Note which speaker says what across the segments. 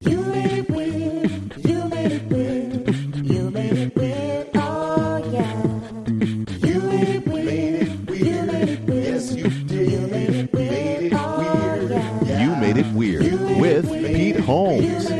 Speaker 1: You made it weird. You made it weird. You made it weird. Oh yeah. You made it weird. You made it weird. Yes, you did. You made it weird. Oh yeah.
Speaker 2: You Made It Weird with Pete Holmes.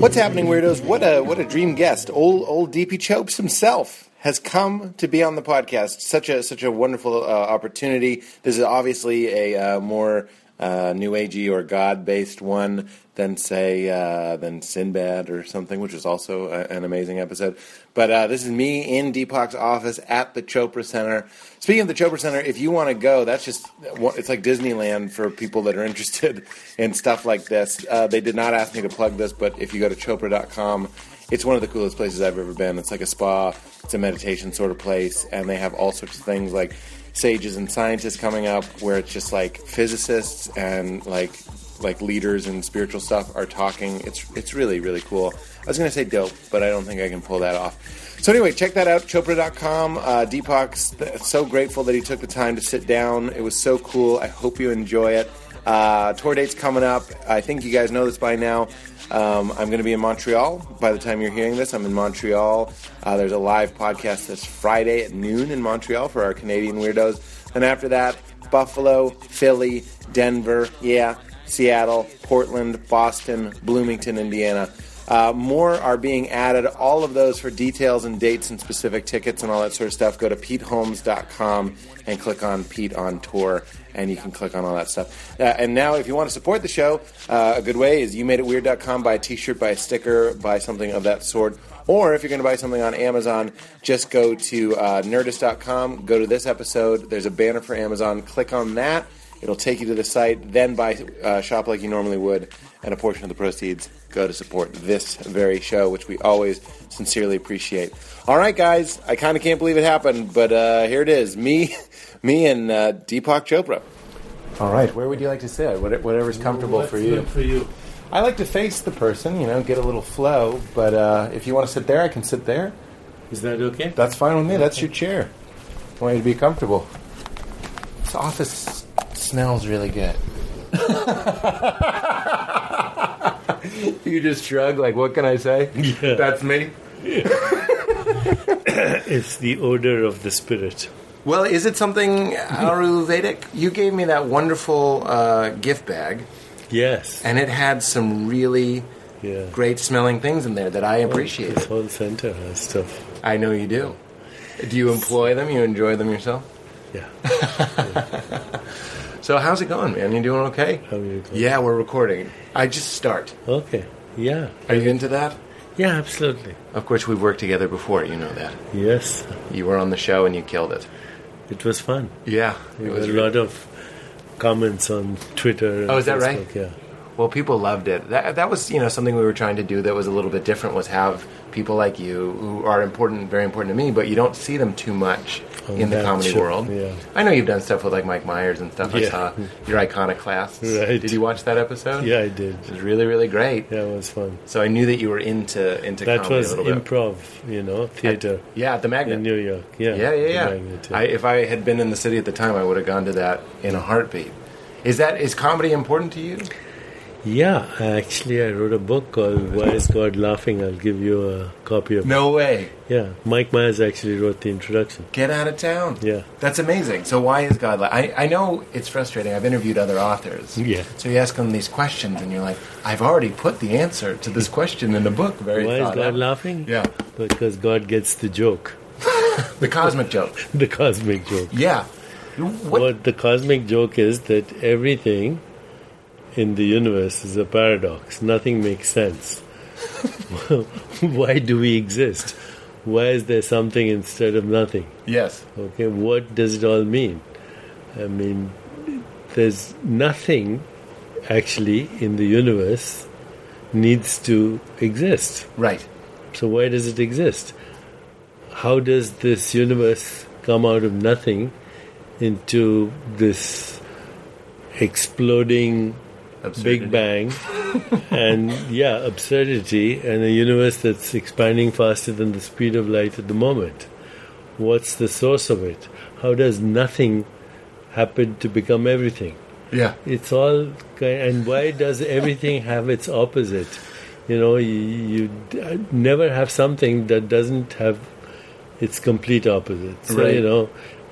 Speaker 3: What's happening, weirdos? What a what a dream guest! Old old DP Chopes himself has come to be on the podcast. Such a such a wonderful uh, opportunity. This is obviously a uh, more uh, new agey or god based one than say uh, than Sinbad or something, which is also a, an amazing episode. But uh, this is me in Deepak's office at the Chopra Center. Speaking of the Chopra Center, if you want to go, that's just it's like Disneyland for people that are interested in stuff like this. Uh, they did not ask me to plug this, but if you go to Chopra.com. It's one of the coolest places I've ever been. It's like a spa, it's a meditation sort of place, and they have all sorts of things like sages and scientists coming up where it's just like physicists and like like leaders and spiritual stuff are talking. It's it's really really cool. I was gonna say dope, but I don't think I can pull that off. So anyway, check that out, Chopra.com. Uh, Deepak's th- so grateful that he took the time to sit down. It was so cool. I hope you enjoy it. Uh, tour dates coming up. I think you guys know this by now. Um, I'm going to be in Montreal. By the time you're hearing this, I'm in Montreal. Uh, there's a live podcast this Friday at noon in Montreal for our Canadian weirdos. Then after that, Buffalo, Philly, Denver, yeah, Seattle, Portland, Boston, Bloomington, Indiana. Uh, more are being added. All of those for details and dates and specific tickets and all that sort of stuff. Go to PeteHolmes.com and click on Pete on Tour, and you can click on all that stuff. Uh, and now, if you want to support the show, uh, a good way is YouMadeItWeird.com. Buy a T-shirt, buy a sticker, buy something of that sort. Or if you're going to buy something on Amazon, just go to uh, Nerdist.com. Go to this episode. There's a banner for Amazon. Click on that. It'll take you to the site. Then buy uh, shop like you normally would, and a portion of the proceeds go to support this very show, which we always sincerely appreciate. All right, guys, I kind of can't believe it happened, but uh, here it is: me, me, and uh, Deepak Chopra. All right, where would you like to sit? What- Whatever's comfortable for you.
Speaker 4: for you.
Speaker 3: I like to face the person, you know, get a little flow. But uh, if you want to sit there, I can sit there.
Speaker 4: Is that okay?
Speaker 3: That's fine with me. That's your chair. I want you to be comfortable. This office smells really good. you just shrug, like, what can I say? That's me.
Speaker 4: It's the odor of the spirit.
Speaker 3: Well, is it something Ayurvedic? You gave me that wonderful uh, gift bag,
Speaker 4: Yes.
Speaker 3: and it had some really
Speaker 4: Yeah. Oh,
Speaker 3: great smelling things in there that I
Speaker 4: This
Speaker 3: appreciate.
Speaker 4: whole center has stuff.
Speaker 3: I know you do. Do you employ them? You enjoy them yourself?
Speaker 4: Yeah.
Speaker 3: So, how's it going, man? You doing okay?
Speaker 4: How are you going?
Speaker 3: Yeah, we're recording. I just start.
Speaker 4: Okay. Yeah.
Speaker 3: Are you into that?
Speaker 4: Yeah, absolutely.
Speaker 3: Of course, we've worked together before. You know that.
Speaker 4: Yes.
Speaker 3: You were on the show and you killed it.
Speaker 4: It was fun.
Speaker 3: Yeah, it
Speaker 4: There
Speaker 3: was.
Speaker 4: was a
Speaker 3: re-
Speaker 4: lot of comments on Twitter. And
Speaker 3: Oh, is that right?
Speaker 4: Facebook, Yeah.
Speaker 3: Well, people loved it. That that was you know something we were trying to do that was a little bit different was have people like you who are important, very important to me, but you don't see them too much
Speaker 4: Oh,
Speaker 3: in the
Speaker 4: that's
Speaker 3: comedy
Speaker 4: true.
Speaker 3: world.
Speaker 4: Yeah.
Speaker 3: I know you've done stuff with like Mike Myers and stuff. I
Speaker 4: Yeah.
Speaker 3: saw your Iconoclasts.
Speaker 4: Right.
Speaker 3: Did you watch that episode?
Speaker 4: Yeah, I did.
Speaker 3: It was really, really great.
Speaker 4: Yeah, it was fun.
Speaker 3: So I knew that you were into into
Speaker 4: That
Speaker 3: comedy
Speaker 4: was
Speaker 3: a little bit.
Speaker 4: improv, you know, theater
Speaker 3: Yeah, at the Magnet.
Speaker 4: in New York. Yeah.
Speaker 3: Yeah,
Speaker 4: the
Speaker 3: yeah, yeah.
Speaker 4: Magnet,
Speaker 3: I, if I had been in the city at the time, I would have gone to that in a heartbeat. Is that is comedy important to you?
Speaker 4: Yeah, actually, I wrote a book called "Why Is God Laughing." I'll give you a copy of.
Speaker 3: No way.
Speaker 4: Yeah, Mike Myers actually wrote the introduction.
Speaker 3: Get out of town.
Speaker 4: Yeah.
Speaker 3: that's amazing. So why is God like? I I know it's frustrating. I've interviewed other authors.
Speaker 4: Yeah.
Speaker 3: So you ask them these questions, and you're like, I've already put the answer to this question in the book. Very.
Speaker 4: Why is
Speaker 3: thought
Speaker 4: God
Speaker 3: out.
Speaker 4: laughing?
Speaker 3: Yeah.
Speaker 4: because God gets the joke,
Speaker 3: The cosmic joke.
Speaker 4: the cosmic joke.
Speaker 3: Yeah.
Speaker 4: What?
Speaker 3: What?
Speaker 4: the cosmic joke is that everything in the universe is a paradox. Nothing makes sense. Why do we exist? Why is there something instead of nothing?
Speaker 3: Yes.
Speaker 4: Okay, what does it all mean? I mean, there's nothing actually in the universe needs to exist.
Speaker 3: Right.
Speaker 4: So why does it exist? How does this universe come out of nothing into this exploding
Speaker 3: Absurdity.
Speaker 4: Big Bang and yeah, absurdity and a universe that's expanding faster than the speed of light at the moment? What's the source of it? How does nothing happen to become everything?
Speaker 3: Yeah.
Speaker 4: It's all ki- and why does everything have its opposite? You know, you, you d- never have something that doesn't have its complete opposite. So
Speaker 3: Right.
Speaker 4: you know,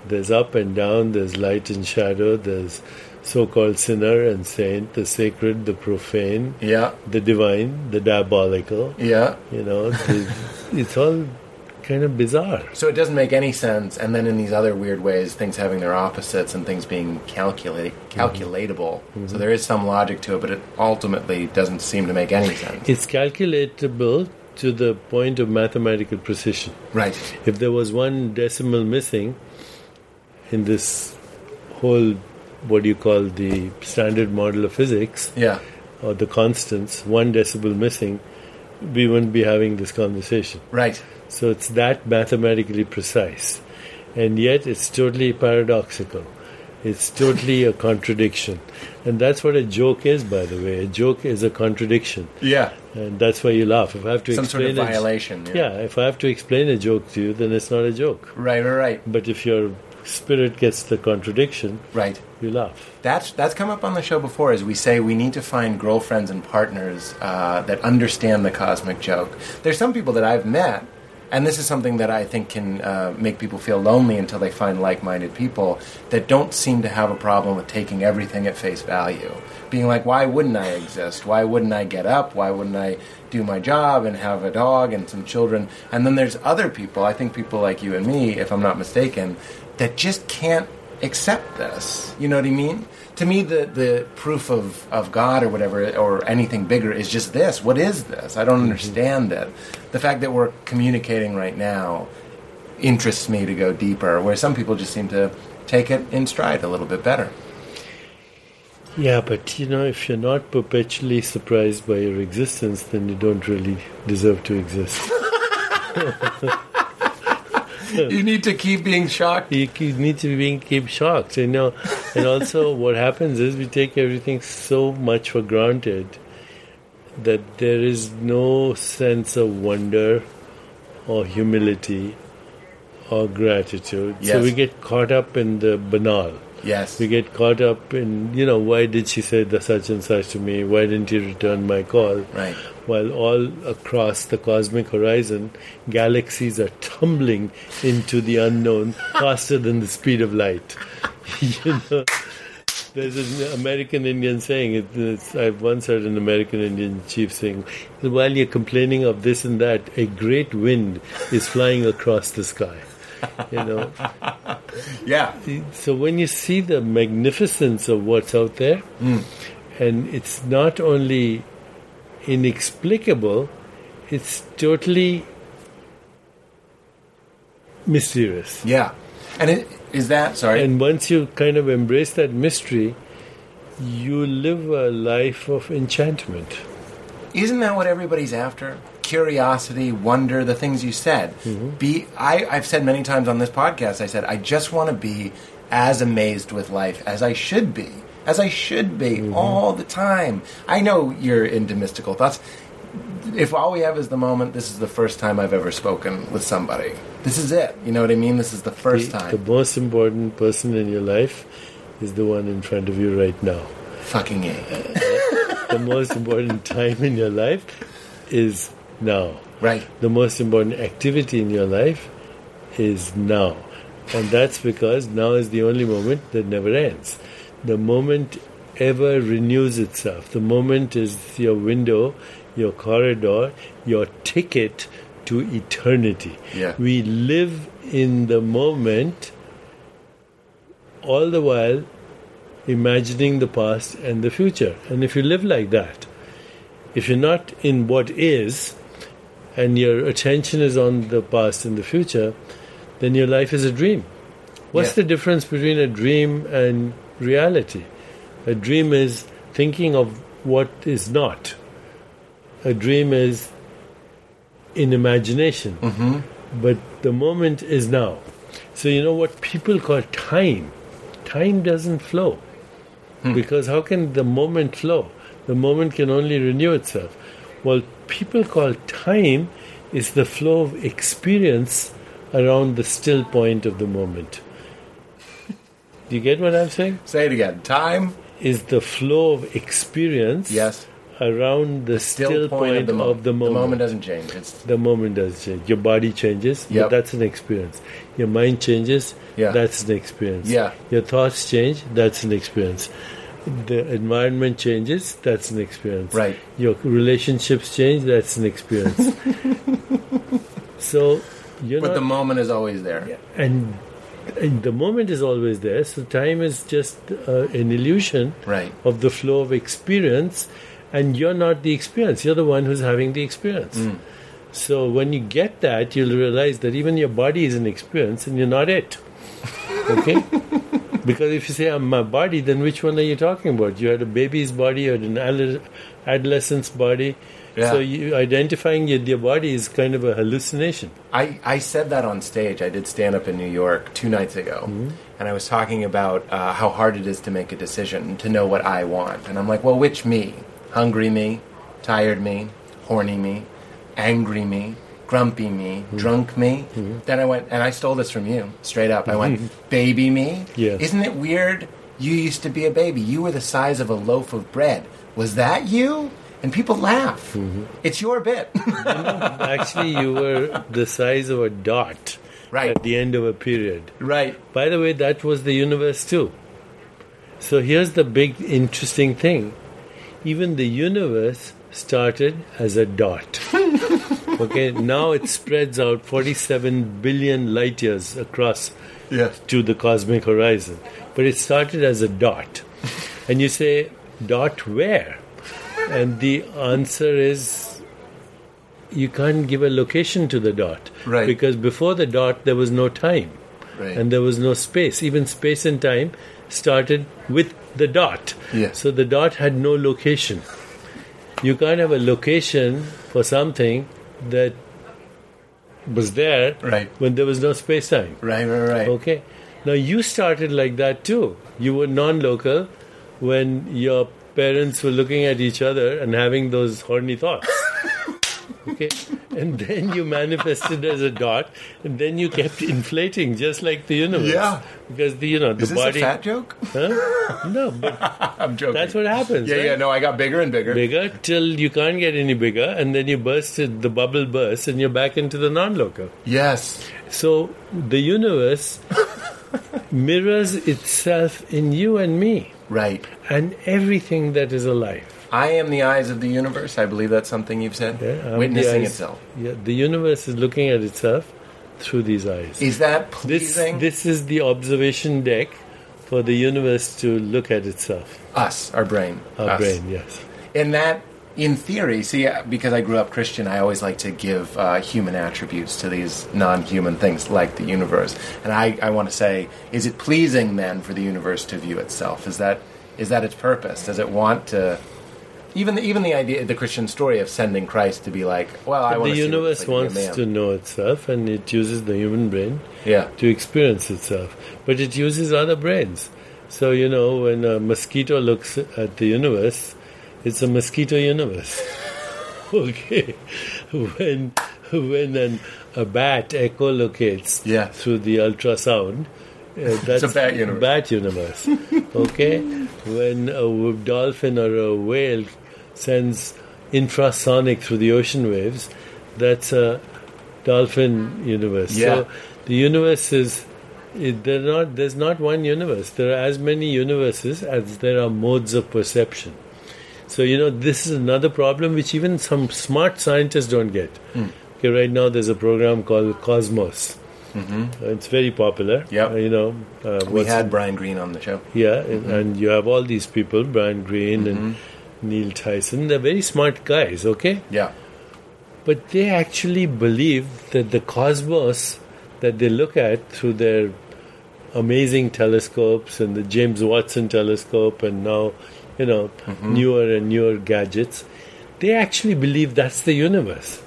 Speaker 4: there's up and down, there's light and shadow, there's so-called sinner and saint, the sacred, the profane,
Speaker 3: Yeah.
Speaker 4: the divine, the diabolical.
Speaker 3: Yeah.
Speaker 4: You know, the, it's all kind of bizarre.
Speaker 3: So it doesn't make any sense. And then in these other weird ways, things having their opposites and things being calculate calculatable. So there is some logic to it, but it ultimately doesn't seem to make any sense.
Speaker 4: It's calculatable to the point of mathematical precision.
Speaker 3: Right.
Speaker 4: If there was one decimal missing in this whole, what do you call the standard model of physics
Speaker 3: Yeah.
Speaker 4: or the constants, one decimal missing, we wouldn't be having this conversation.
Speaker 3: Right.
Speaker 4: So it's that mathematically precise. And yet it's totally paradoxical. It's totally a contradiction. And that's what a joke is, by the way. A joke is a contradiction.
Speaker 3: Yeah.
Speaker 4: And that's why you laugh. If I have to
Speaker 3: Some sort
Speaker 4: explain
Speaker 3: of
Speaker 4: a-
Speaker 3: violation.
Speaker 4: yeah, if I have to explain a joke to you, then it's not a joke.
Speaker 3: Right. Right. Right.
Speaker 4: But if your spirit gets the contradiction,
Speaker 3: Right.
Speaker 4: you laugh.
Speaker 3: That's that's come up on the show before. Is we say we need to find girlfriends and partners uh, that understand the cosmic joke. There's some people that I've met, and this is something that I think can uh, make people feel lonely until they find like-minded people that don't seem to have a problem with taking everything at face value. Being like, why wouldn't I exist? Why wouldn't I get up? Why wouldn't I do my job and have a dog and some children? And then there's other people. I think people like you and me, if I'm not mistaken, that just can't accept this. You know what I mean? To me, the, the proof of, of God or whatever, or anything bigger, is just this. What is this? I don't understand it. The fact that we're communicating right now interests me to go deeper, where some people just seem to take it in stride a little bit better.
Speaker 4: Yeah, but you know, if you're not perpetually surprised by your existence, then you don't really deserve to exist.
Speaker 3: you need to keep being shocked.
Speaker 4: you, you need to be keep shocked, you know. And also, what happens is we take everything so much for granted that there is no sense of wonder or humility or gratitude. So
Speaker 3: Yes.
Speaker 4: we get caught up in the banal.
Speaker 3: Yes.
Speaker 4: We get caught up in, you know, why did she say the such and such to me? Why didn't you return my call?
Speaker 3: Right.
Speaker 4: While all across the cosmic horizon, galaxies are tumbling into the unknown faster than the speed of light. you know, there's an American Indian saying, it- it's, I've once heard an American Indian chief saying, while you're complaining of this and that, a great wind is flying across the sky. You know,
Speaker 3: Yeah.
Speaker 4: so when you see the magnificence of what's out there,
Speaker 3: Hmm.
Speaker 4: and it's not only inexplicable, it's totally mysterious.
Speaker 3: Yeah. And it, is that, sorry.
Speaker 4: And once you kind of embrace that mystery, you live a life of enchantment.
Speaker 3: isn't that what everybody's after? Curiosity, wonder, the things you said.
Speaker 4: Mm-hmm.
Speaker 3: Be I, I've said many times on this podcast, I said, I just want to be as amazed with life as I should be. As I should be
Speaker 4: Mm-hmm.
Speaker 3: all the time. I know you're into mystical thoughts if all we have is the moment, this is the first time I've ever spoken with somebody. This is it. You know what I mean? This is the first
Speaker 4: The
Speaker 3: time.
Speaker 4: most important person in your life is the one in front of you right now.
Speaker 3: Fucking A.
Speaker 4: the most important time in your life is now.
Speaker 3: Right.
Speaker 4: the most important activity in your life is now. And that's because now is the only moment that never ends. The moment ever renews itself. The moment is your window, your corridor, your ticket to eternity.
Speaker 3: Yeah.
Speaker 4: We live in the moment all the while imagining the past and the future. And if you live like that, if you're not in what is, and your attention is on the past and the future, then your life is a dream. What's
Speaker 3: Yeah.
Speaker 4: the difference between a dream and reality? A dream is thinking of what is not. A dream is in imagination. But the moment is now. So you know what people call time? Time doesn't flow. Because how can the moment flow? The moment can only renew itself. Well, people call time is the flow of experience around the still point of the moment. Do you get what I'm saying?
Speaker 3: Say it again. Time
Speaker 4: is the flow of experience
Speaker 3: Yes.
Speaker 4: around the, still, point, of, the moment.
Speaker 3: mo- The moment doesn't change. It's
Speaker 4: The moment does change. Your body changes,
Speaker 3: Yep.
Speaker 4: but that's an experience. Your mind changes,
Speaker 3: Yeah.
Speaker 4: that's an experience.
Speaker 3: Yeah.
Speaker 4: Your thoughts change, that's an experience. The environment changes, that's an experience.
Speaker 3: Right.
Speaker 4: Your relationships change, that's an experience. so you're
Speaker 3: but
Speaker 4: not
Speaker 3: the moment is always there.
Speaker 4: and, and the moment is always there so time is just uh, an illusion
Speaker 3: Right.
Speaker 4: of the flow of experience and you're not the experience you're the one who's having the experience
Speaker 3: Mm.
Speaker 4: so when you get that you'll realize that even your body is an experience and you're not it okay because if you say i'm my body then which one are you talking about you had a baby's body you had an adole- adolescent's body
Speaker 3: Yeah.
Speaker 4: so you identifying your, your body is kind of a hallucination
Speaker 3: I, I said that on stage. I did stand up in New York two nights ago,
Speaker 4: Mm-hmm.
Speaker 3: and I was talking about uh, how hard it is to make a decision, to know what I want. And I'm like, well, which me? Hungry me, tired me, horny me, angry me, grumpy me,
Speaker 4: Mm-hmm.
Speaker 3: drunk me. Then I went, and I stole this from you straight up. I went, baby me?
Speaker 4: Mm-hmm. Yes.
Speaker 3: Isn't it weird? You used to be a baby. You were the size of a loaf of bread. Was that you? And people laugh.
Speaker 4: Mm-hmm.
Speaker 3: It's your bit.
Speaker 4: Actually, you were the size of a dot
Speaker 3: Right.
Speaker 4: at the end of a period.
Speaker 3: right.
Speaker 4: By the way, that was the universe too. So here's the big interesting thing. Even the universe started as a dot. okay, now it spreads out 47 billion light years across
Speaker 3: Yes.
Speaker 4: to the cosmic horizon. But it started as a dot. And you say, dot where? And the answer is you can't give a location to the dot.
Speaker 3: Right.
Speaker 4: Because before the dot, there was no time
Speaker 3: Right.
Speaker 4: and there was no space. Even space and time started with the dot.
Speaker 3: Yeah.
Speaker 4: So the dot had no location. You can't have a location for something that was there
Speaker 3: Right.
Speaker 4: when there was no space time.
Speaker 3: Right, right, right.
Speaker 4: Okay. Now you started like that too. You were non-local when your parents were looking at each other and having those horny thoughts. okay. And then you manifested as a dot, and then you kept inflating just like the universe.
Speaker 3: Yeah.
Speaker 4: Because the you know the
Speaker 3: Is this
Speaker 4: body.
Speaker 3: a fat joke?
Speaker 4: Huh? No, but
Speaker 3: I'm joking.
Speaker 4: that's what happens.
Speaker 3: Yeah,
Speaker 4: right?
Speaker 3: yeah. No, I got bigger and bigger.
Speaker 4: Bigger till you can't get any bigger, and then you burst it, the bubble bursts, and you're back into the non-local.
Speaker 3: Yes.
Speaker 4: So the universe mirrors itself in you and me
Speaker 3: Right.
Speaker 4: and everything that is alive.
Speaker 3: I am the eyes of the universe. I believe that's something you've said.
Speaker 4: Yeah, I'm
Speaker 3: Witnessing
Speaker 4: the eyes-
Speaker 3: itself.
Speaker 4: Yeah, the universe is looking at itself through these eyes.
Speaker 3: Is that
Speaker 4: This,
Speaker 3: pleasing?
Speaker 4: this is the observation deck for the universe to look at itself.
Speaker 3: Us, our brain.
Speaker 4: Our
Speaker 3: Us.
Speaker 4: brain, yes.
Speaker 3: And that, in theory, see, uh, because I grew up Christian, I always like to give uh, human attributes to these non human things like the universe. And I, I want to say, is it pleasing then for the universe to view itself? Is that, is that its purpose? Does it want to. Even the, even the idea, the Christian story of sending Christ to be like, well, I want
Speaker 4: The
Speaker 3: to.
Speaker 4: universe
Speaker 3: see what it's
Speaker 4: wants
Speaker 3: like
Speaker 4: to
Speaker 3: be a man.
Speaker 4: know itself and it uses the human brain
Speaker 3: Yeah.
Speaker 4: to experience itself. But it uses other brains. So, you know, when a mosquito looks at the universe, it's a mosquito universe. okay. When, when an, a bat echolocates
Speaker 3: Yeah.
Speaker 4: through the ultrasound, uh, that's
Speaker 3: a bat universe.
Speaker 4: bat universe. okay? when a w- dolphin or a whale sends infrasonic through the ocean waves, that's a dolphin universe.
Speaker 3: Yeah.
Speaker 4: So the universe is. It, they're not, there's not one universe. There are as many universes as there are modes of perception. So, you know, this is another problem which even some smart scientists don't get.
Speaker 3: Hmm.
Speaker 4: Okay, right now there's a program called Cosmos. Mm-hmm. It's very popular.
Speaker 3: Yep.
Speaker 4: Uh, you know, uh,
Speaker 3: We
Speaker 4: what's-
Speaker 3: had Brian Green on the show.
Speaker 4: yeah, and and you have all these people, Brian Greene and Neil Tyson. They're very smart guys, okay?
Speaker 3: Yeah.
Speaker 4: But they actually believe that the cosmos that they look at through their amazing telescopes and the James Watson telescope and now, you know, newer and newer gadgets, they actually believe that's the universe.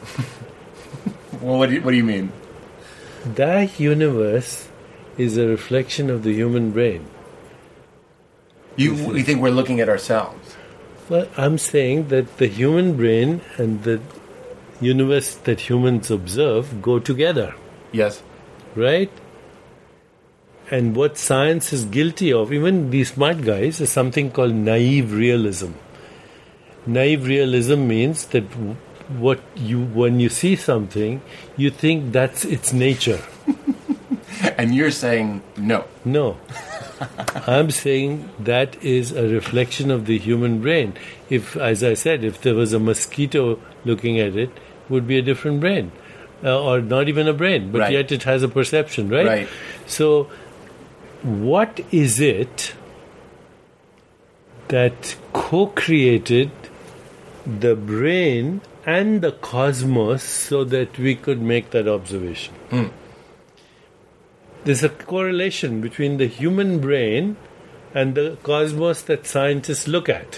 Speaker 3: Well, what do you, what do you mean?
Speaker 4: That universe is a reflection of the human brain.
Speaker 3: You we think we're looking at ourselves?
Speaker 4: Well, I'm saying that the human brain and the universe that humans observe go together,
Speaker 3: Yes.
Speaker 4: right? and what science is guilty of, even these smart guys, is something called naive realism. Naive realism means that w- what you when you see something, you think that's its nature.
Speaker 3: And you're saying no.
Speaker 4: No. I'm saying that is a reflection of the human brain. If, as I said, if there was a mosquito looking at it, it would be a different brain, uh, or not even a brain, but
Speaker 3: Right.
Speaker 4: yet it has a perception, right?
Speaker 3: Right.
Speaker 4: So, what is it that co-created the brain and the cosmos so that we could make that observation?
Speaker 3: Hmm.
Speaker 4: there's a correlation between the human brain and the cosmos that scientists look at.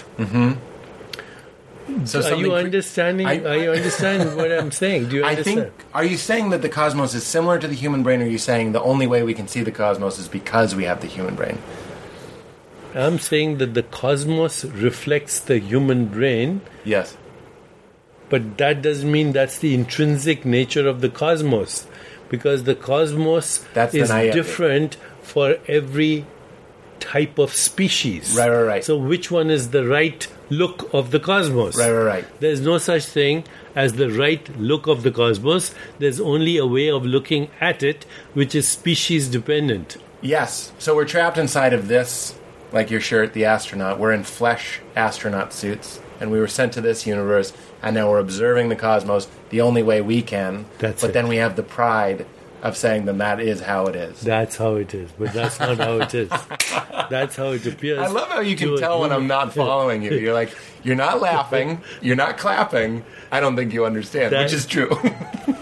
Speaker 3: So
Speaker 4: Are
Speaker 3: Hmm. something
Speaker 4: you
Speaker 3: cre-
Speaker 4: understanding?
Speaker 3: I-
Speaker 4: are you understanding what I'm saying? Do you
Speaker 3: I
Speaker 4: understand?
Speaker 3: think. Are you saying that the cosmos is similar to the human brain? Or are you saying the only way we can see the cosmos is because we have the human brain?
Speaker 4: I'm saying that the cosmos reflects the human brain,
Speaker 3: Yes.
Speaker 4: but that doesn't mean that's the intrinsic nature of the cosmos, because the cosmos
Speaker 3: That's the
Speaker 4: is
Speaker 3: naive-
Speaker 4: different for every type of species.
Speaker 3: Right, right, right.
Speaker 4: So which one is the right look of the cosmos?
Speaker 3: Right, right, right.
Speaker 4: There's no such thing as the right look of the cosmos. There's only a way of looking at it, which is species dependent.
Speaker 3: Yes. So we're trapped inside of this, like your shirt, the astronaut. We're in flesh astronaut suits, and we were sent to this universe, and now we're observing the cosmos the only way we can.
Speaker 4: That's
Speaker 3: but
Speaker 4: it.
Speaker 3: then we have the pride of saying then that is how it is.
Speaker 4: That's how it is, but that's not how it is. That's how it appears.
Speaker 3: I love how you
Speaker 4: to
Speaker 3: can
Speaker 4: a
Speaker 3: tell when I'm
Speaker 4: human.
Speaker 3: not following you. You're like, you're not laughing, you're not clapping. I don't think you understand,
Speaker 4: That-
Speaker 3: which is true.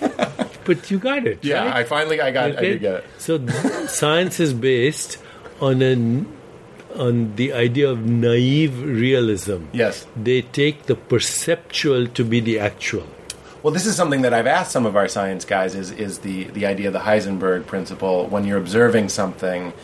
Speaker 4: But you got it.
Speaker 3: yeah,
Speaker 4: right?
Speaker 3: I finally I got I
Speaker 4: Okay?
Speaker 3: did get it.
Speaker 4: So th- science is based on an on the idea of naive realism.
Speaker 3: Yes.
Speaker 4: They take the perceptual to be the actual.
Speaker 3: Well, this is something that I've asked some of our science guys is is the the idea of the Heisenberg principle. When you're observing something,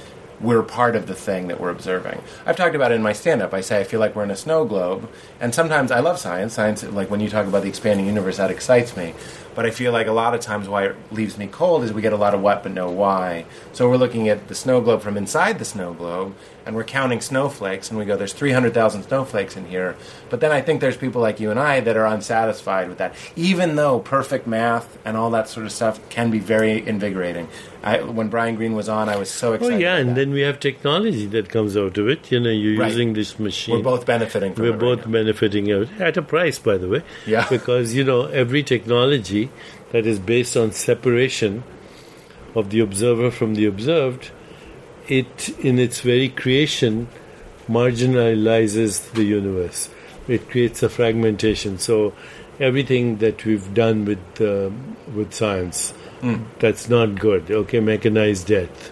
Speaker 3: we're part of the thing that we're observing. I've talked about it in my stand up. I say I feel like we're in a snow globe, and sometimes I love science. Science like when you talk about the expanding universe that excites me. But I feel like a lot of times why it leaves me cold is we get a lot of what but no why. So we're looking at the snow globe from inside the snow globe and we're counting snowflakes and we go there's 300,000 snowflakes in here but then i think there's people like you and i that are unsatisfied with that even though perfect math and all that sort of stuff can be very invigorating I, when brian green was on i was so
Speaker 4: Oh
Speaker 3: excited
Speaker 4: yeah,
Speaker 3: about
Speaker 4: and
Speaker 3: that.
Speaker 4: then we have technology that comes out of it. You know, you're
Speaker 3: Right.
Speaker 4: using this machine.
Speaker 3: we're both benefiting from
Speaker 4: We're
Speaker 3: it right
Speaker 4: both
Speaker 3: now.
Speaker 4: benefiting out at a price, by the way.
Speaker 3: Yeah.
Speaker 4: Because you know every technology that is based on separation of the observer from the observed, it in its very creation marginalizes the universe. It creates a fragmentation. So everything that we've done with um with science, that's not good. Okay, mechanized death,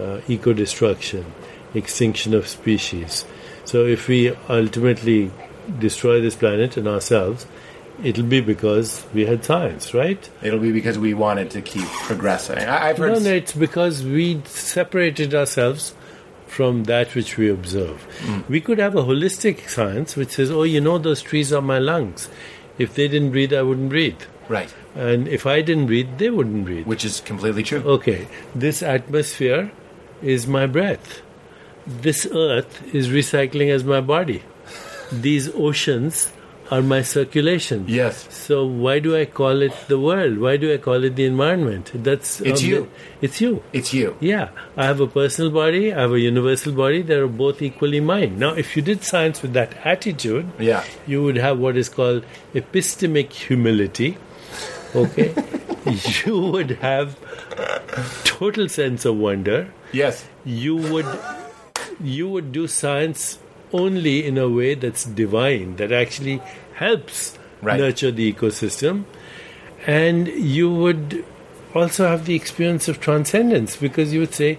Speaker 4: uh, eco destruction, extinction of species. So if we ultimately destroy this planet and ourselves, it'll be because we had science, right?
Speaker 3: it'll be because we wanted to keep progressing I, i've heard
Speaker 4: No, no, it's because we separated ourselves from that which we observe.
Speaker 3: Hmm.
Speaker 4: We could have a holistic science which says, oh, you know, those trees are my lungs. If they didn't breathe, I wouldn't breathe.
Speaker 3: right
Speaker 4: And if I didn't breathe, they wouldn't breathe.
Speaker 3: which is completely true
Speaker 4: Okay, this atmosphere is my breath. This earth is recycling as my body. These oceans are my circulation.
Speaker 3: yes
Speaker 4: So why do I call it the world? Why do I call it the environment? That's
Speaker 3: It's you.
Speaker 4: It's you.
Speaker 3: it's you
Speaker 4: Yeah, I have a personal body, I have a universal body, they are both equally mine. Now, if you did science with that attitude,
Speaker 3: Yeah.
Speaker 4: you would have what is called epistemic humility. Okay? you would have total sense of wonder.
Speaker 3: yes
Speaker 4: You would you would do science only in a way that's divine, that actually helps
Speaker 3: Right.
Speaker 4: nurture the ecosystem. And you would also have the experience of transcendence because you would say,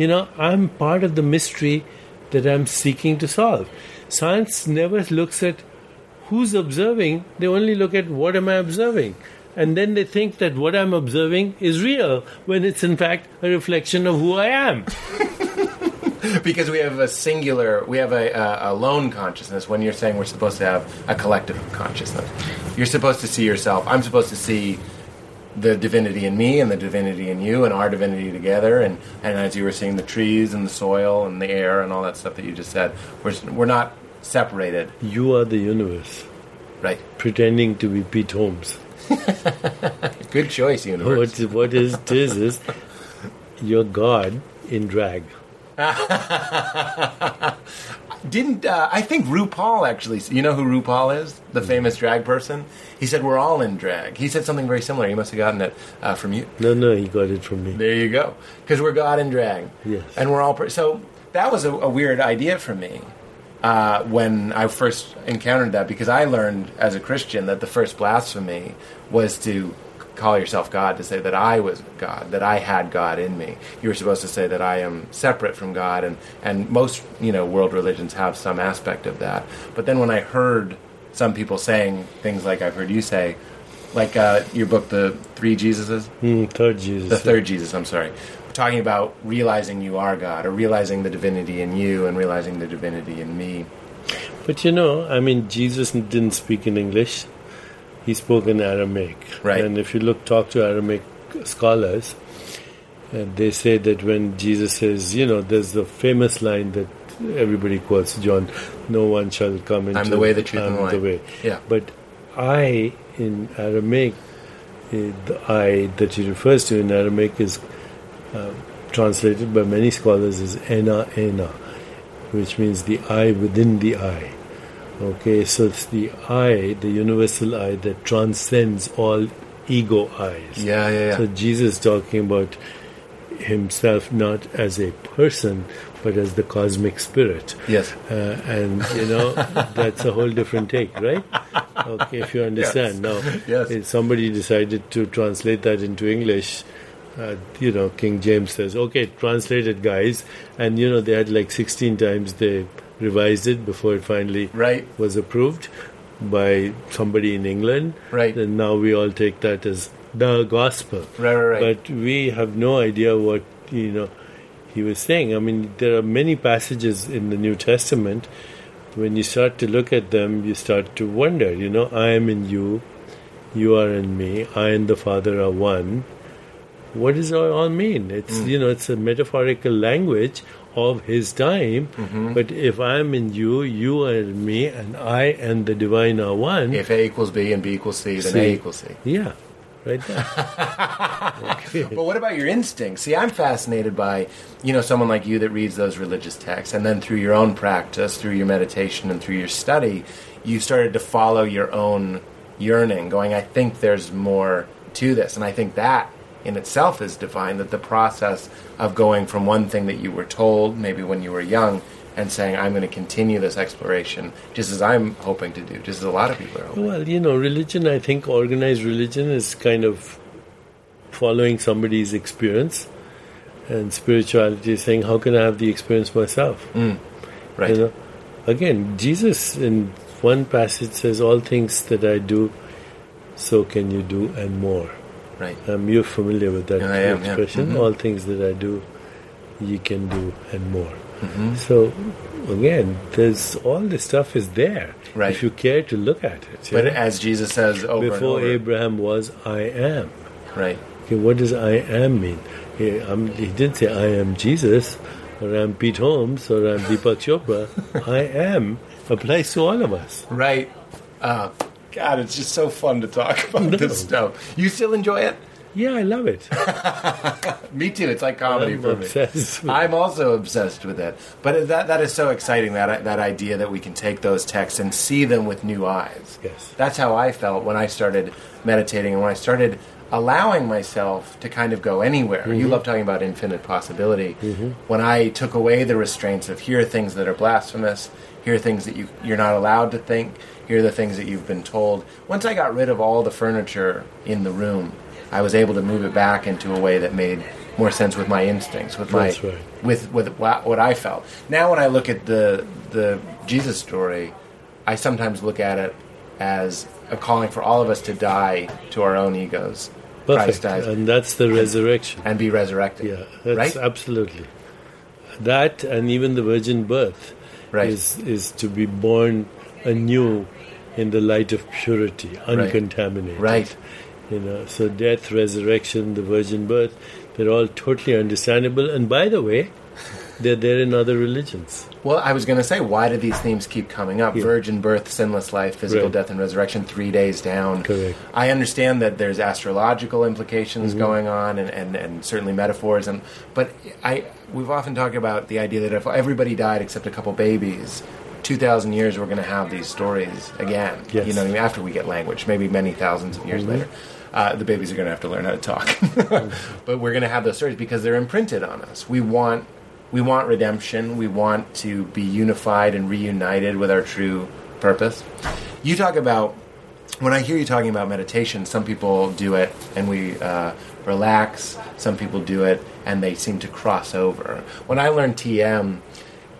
Speaker 4: you know, I'm part of the mystery that I'm seeking to solve. Science never looks at who's observing, they only look at what am I observing. And then they think that what I'm observing is real when it's in fact a reflection of who I am.
Speaker 3: because we have a singular, we have a, a, a lone consciousness. When you're saying we're supposed to have a collective consciousness, you're supposed to see yourself. I'm supposed to see the divinity in me and the divinity in you and our divinity together. And, and as you were seeing the trees and the soil and the air and all that stuff that you just said, we're, s- we're not separated,
Speaker 4: You are the universe,
Speaker 3: right?
Speaker 4: pretending to be Pete Holmes.
Speaker 3: Good choice, universe.
Speaker 4: What, what is this is your God in drag.
Speaker 3: Didn't uh, I think RuPaul actually? You know who RuPaul is? The famous drag person. He said we're all in drag. He said something very similar. He must have gotten it uh, from you.
Speaker 4: No, no, he got it from me.
Speaker 3: There you go. Because we're God in drag.
Speaker 4: Yes.
Speaker 3: And we're all. Per- so that was a, a weird idea for me uh, when I first encountered that because I learned as a Christian that the first blasphemy was to call yourself God, to say that I was God, that I had God in me. You were supposed to say that I am separate from God, and, and most you know world religions have some aspect of that. But then when I heard some people saying things like I've heard you say, like uh, your book, The Three Jesuses,
Speaker 4: Mm, third
Speaker 3: the
Speaker 4: Jesus.
Speaker 3: third Jesus, I'm sorry. We're talking about realizing you are God or realizing the divinity in you and realizing the divinity in me.
Speaker 4: But you know, I mean, Jesus didn't speak in English; he spoke in Aramaic.
Speaker 3: Right.
Speaker 4: And if you look, talk to Aramaic scholars, and they say that when Jesus says, you know, there's the famous line that everybody quotes John: "No one shall come into
Speaker 3: the way, the truth, and
Speaker 4: I'm the
Speaker 3: the life."
Speaker 4: way."
Speaker 3: Yeah.
Speaker 4: But I in Aramaic, eh, the I that he refers to in Aramaic is translated by many scholars as ena ena, which means the eye within the eye. Okay, so it's the eye, the universal eye that transcends all ego eyes.
Speaker 3: Yeah, yeah, yeah.
Speaker 4: So Jesus is talking about himself not as a person, but as the cosmic spirit.
Speaker 3: Yes.
Speaker 4: Uh, and you know that's a whole different take, right? Okay, if you understand now.
Speaker 3: Yes.
Speaker 4: If somebody decided to translate that into English, uh, you know, King James says, "Okay, translate it, guys," and you know they had like 16 times they revised it before it finally
Speaker 3: Right.
Speaker 4: was approved by somebody in England.
Speaker 3: Right.
Speaker 4: And now we all take that as the gospel.
Speaker 3: Right, right, right.
Speaker 4: But we have no idea what you know he was saying. I mean, there are many passages in the New Testament. When you start to look at them, you start to wonder. You know, I am in you, you are in me. I and the Father are one. What does it all mean? It's you know, it's a metaphorical language of his time. But if I am in you, you are in me, and I and the divine are one.
Speaker 3: If A equals B and B equals C, then
Speaker 4: See.
Speaker 3: A equals C.
Speaker 4: yeah, right there.
Speaker 3: But what about your instincts? See, I'm fascinated by, you know, someone like you that reads those religious texts, and then through your own practice, through your meditation, and through your study, you started to follow your own yearning, going, I think there's more to this. And I think that in itself is divine, that the process of going from one thing that you were told, maybe when you were young, and saying, I'm going to continue this exploration, just as I'm hoping to do, just as a lot of people are hoping.
Speaker 4: Well, you know, religion, I think organized religion is kind of following somebody's experience, and spirituality is saying, how can I have the experience myself?
Speaker 3: Mm, Right.
Speaker 4: You know, again, Jesus in one passage says, All things that I do, so can you do, and more.
Speaker 3: Right.
Speaker 4: Um, you're familiar with that
Speaker 3: Yeah, I am, yeah. Mm-hmm.
Speaker 4: expression. All things that I do, you can do, and more.
Speaker 3: Mm-hmm.
Speaker 4: So, again, there's all this stuff is there
Speaker 3: Right.
Speaker 4: if you care to look at it. you
Speaker 3: But
Speaker 4: know?
Speaker 3: as Jesus says over and
Speaker 4: Before
Speaker 3: over,
Speaker 4: Abraham was, I am.
Speaker 3: right?
Speaker 4: Okay, what does I am mean? He, I'm, he didn't say, I am Jesus, or I'm Pete Holmes, or I'm Deepak Chopra. I am applies to all of us.
Speaker 3: Right. Uh, God, it's just so fun to talk about this stuff. You still enjoy it?
Speaker 4: Yeah, I love it.
Speaker 3: Me too. It's like comedy
Speaker 4: I'm
Speaker 3: for
Speaker 4: obsessed
Speaker 3: me.
Speaker 4: with
Speaker 3: I'm also obsessed with it. But that that is so exciting that that idea that we can take those texts and see them with new eyes.
Speaker 4: Yes.
Speaker 3: That's how I felt when I started meditating and when I started allowing myself to kind of go anywhere. You love talking about infinite possibility. When I took away the restraints of here are things that are blasphemous, here are things that you you're not allowed to think, here are the things that you've been told. Once I got rid of all the furniture in the room, I was able to move it back into a way that made more sense with my instincts, with
Speaker 4: That's
Speaker 3: my
Speaker 4: right.
Speaker 3: with with wha- what I felt. Now, when I look at the the Jesus story, I sometimes look at it as a calling for all of us to die to our own egos, Christ
Speaker 4: Perfect.
Speaker 3: dies, and,
Speaker 4: And that's the resurrection.
Speaker 3: be resurrected.
Speaker 4: Yeah, that's
Speaker 3: right.
Speaker 4: absolutely. That and even the virgin birth
Speaker 3: Right.
Speaker 4: is is to be born anew in the light of purity, uncontaminated.
Speaker 3: Right.
Speaker 4: You know, so death, resurrection, the virgin birth, they're all totally understandable. And by the way, they're there in other religions.
Speaker 3: Well, I was going to say, why do these themes keep coming up?
Speaker 4: Yeah.
Speaker 3: Virgin birth, sinless life, physical
Speaker 4: Right.
Speaker 3: death and resurrection, three days down.
Speaker 4: Correct. Mm-hmm.
Speaker 3: I understand that there's astrological implications going on, and, and, and certainly metaphors. And but I we've often talked about the idea that if everybody died except a couple babies. 2000 years we're going to have these stories again
Speaker 4: Yes.
Speaker 3: you know what I mean? after we get language maybe many thousands of years later uh, the babies are going to have to learn how to talk but we're going to have those stories because they're imprinted on us we want we want redemption we want to be unified and reunited with our true purpose you talk about when I hear you talking about meditation, some people do it and we uh, relax. Some people do it and they seem to cross over. When I learned TM,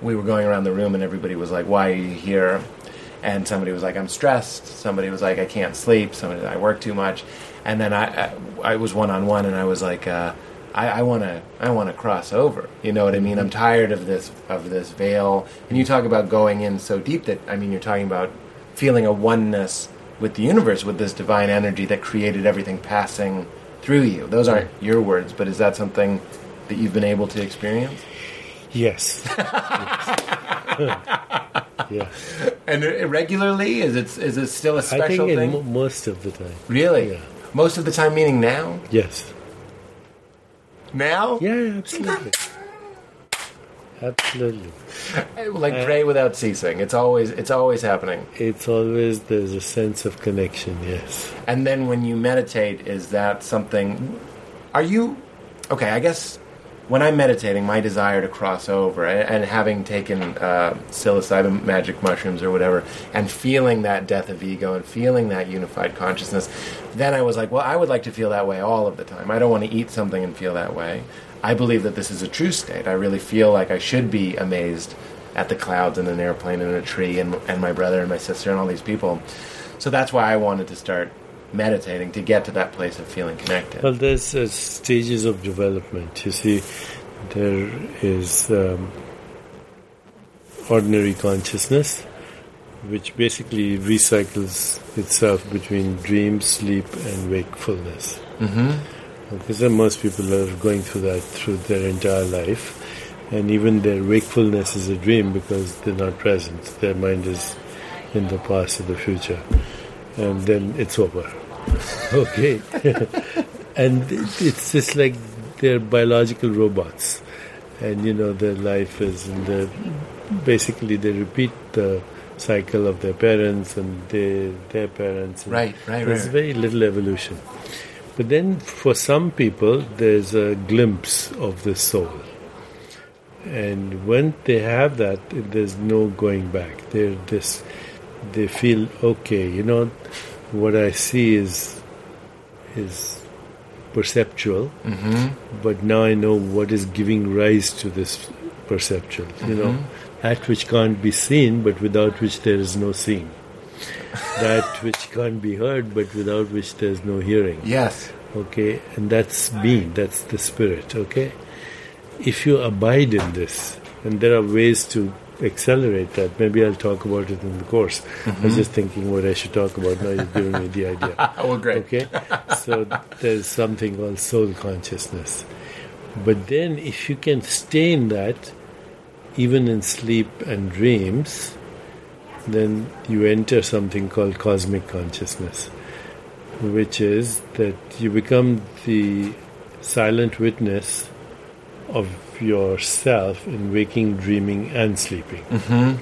Speaker 3: we were going around the room and everybody was like, "Why are you here?" And somebody was like, "I'm stressed." Somebody was like, "I can't sleep." Somebody, "I work too much." And then I, I, I was one on one and I was like. Uh, I want to. I want to cross over. You know what I mean. I'm tired of this of this veil. And you talk about going in so deep that I mean, you're talking about feeling a oneness with the universe, with this divine energy that created everything passing through you. Those aren't your words, but is that something that you've been able to experience?
Speaker 4: Yes. yeah.
Speaker 3: And uh, regularly, is it is it still a special
Speaker 4: I think
Speaker 3: thing?
Speaker 4: in mo- most of the time.
Speaker 3: really,
Speaker 4: Yeah.
Speaker 3: most of the time, meaning now,
Speaker 4: Yes.
Speaker 3: now,
Speaker 4: Yeah, yeah, absolutely. absolutely.
Speaker 3: Eh, like
Speaker 4: Uh,
Speaker 3: pray without ceasing. It's always it's always happening.
Speaker 4: It's always there's a sense of connection, yes.
Speaker 3: And then when you meditate, is that something? Are you okay? I guess when I'm meditating, my desire to cross over a- and having taken uh, psilocybin magic mushrooms or whatever, and feeling that death of ego and feeling that unified consciousness, then I was like, well, I would like to feel that way all of the time. I don't want to eat something and feel that way. I believe that this is a true state. I really feel like I should be amazed at the clouds and an airplane and a tree and, and my brother and my sister and all these people. So that's why I wanted to start meditating to get to that place of feeling connected.
Speaker 4: Well, there's uh, stages of development. You see, there is um, ordinary consciousness, which basically recycles itself between dream, sleep, and wakefulness. Mm-hmm. Because then most people are going through that through their entire life, and even their wakefulness is a dream because they're not present. Their mind is in the past or the future, and then it's over. Okay. and it- it's just like they're biological robots, and you know their life is in the basically they repeat the cycle of their parents and they, their parents. And
Speaker 3: Right, right,
Speaker 4: There's
Speaker 3: right.
Speaker 4: very little evolution, but then for some people there's a glimpse of the soul, and when they have that, there's no going back. They're this. They feel okay. You know, what I see is is perceptual, but now I know what is giving rise to this perceptual. You know, that which can't be seen, but without which there is no seeing. that which can't be heard, but without which there is no hearing
Speaker 3: yes.
Speaker 4: okay and that's being that's the spirit okay if you abide in this and there are ways to accelerate that maybe i'll talk about it in the course i was just thinking what i should talk about now you've given me the idea
Speaker 3: Oh, well, great.
Speaker 4: okay so there's something called soul consciousness but then if you can stay in that even in sleep and dreams then you enter something called cosmic consciousness which is that you become the silent witness of yourself in waking, dreaming, and sleeping.
Speaker 3: Mm-hmm.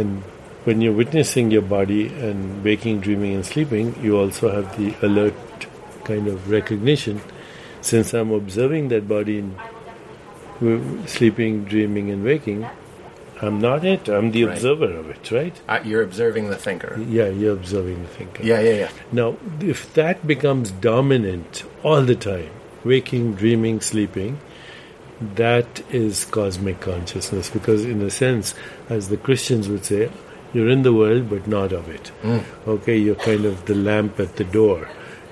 Speaker 4: And when you're witnessing your body and waking, dreaming, and sleeping, you also have the alert kind of recognition. Since I'm observing that body in w- sleeping, dreaming, and waking, I'm not it. I'm the
Speaker 3: Right.
Speaker 4: observer of it, right?
Speaker 3: Uh, you're observing the thinker.
Speaker 4: Yeah, you're observing the thinker.
Speaker 3: Yeah, yeah, yeah.
Speaker 4: Now, if that becomes dominant all the time, waking, dreaming, sleeping, that is cosmic consciousness. Because, in a sense, as the Christians would say, you're in the world but not of it. Okay, you're kind of the lamp at the door.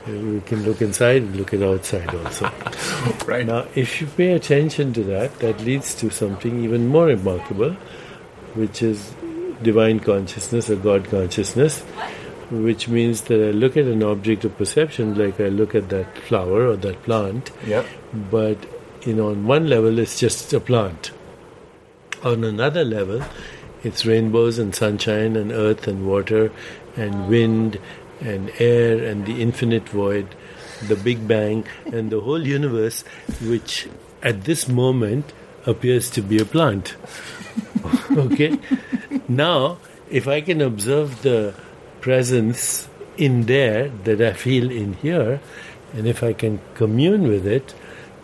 Speaker 4: You can look inside and look at outside also.
Speaker 3: Right.
Speaker 4: Now, if you pay attention to that, that leads to something even more remarkable, which is divine consciousness or God consciousness, which means that I look at an object of perception like I look at that flower or that plant,
Speaker 3: Yep.
Speaker 4: but you know, on one level it's just a plant. On another level, it's rainbows and sunshine and earth and water and wind and air and the infinite void, the Big Bang and the whole universe, which at this moment appears to be a plant. okay? Now, if I can observe the presence in there that I feel in here, and if I can commune with it,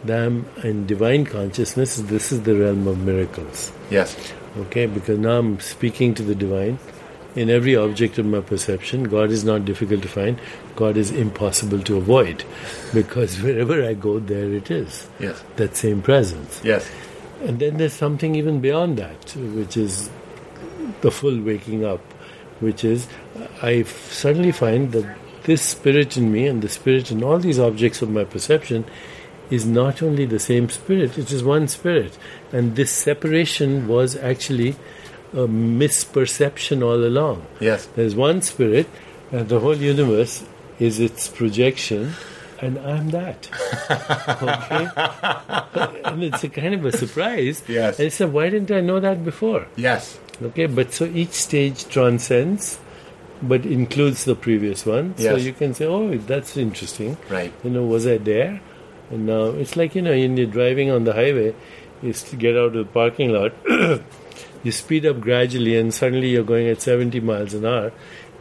Speaker 4: then I'm in divine consciousness. This is the realm of miracles.
Speaker 3: Yes.
Speaker 4: Okay? Because now I'm speaking to the divine in every object of my perception. God is not difficult to find, God is impossible to avoid. Because wherever I go, there it is.
Speaker 3: Yes.
Speaker 4: That same presence.
Speaker 3: Yes.
Speaker 4: And then there's something even beyond that, which is the full waking up, which is I f- suddenly find that this spirit in me and the spirit in all these objects of my perception is not only the same spirit, it is one spirit. And this separation was actually a misperception all along.
Speaker 3: Yes.
Speaker 4: There's one spirit, and the whole universe is its projection, and I'm that. Okay? and it's a kind of a surprise.
Speaker 3: Yes.
Speaker 4: And it's a, why didn't I know that before?
Speaker 3: Yes.
Speaker 4: Okay, but so each stage transcends, but includes the previous one. So
Speaker 3: Yes.
Speaker 4: you can say, oh, that's interesting.
Speaker 3: Right.
Speaker 4: You know, was I there? And now it's like, you know, when you're driving on the highway, you s- get out of the parking lot, you speed up gradually, and suddenly you're going at 70 miles an hour,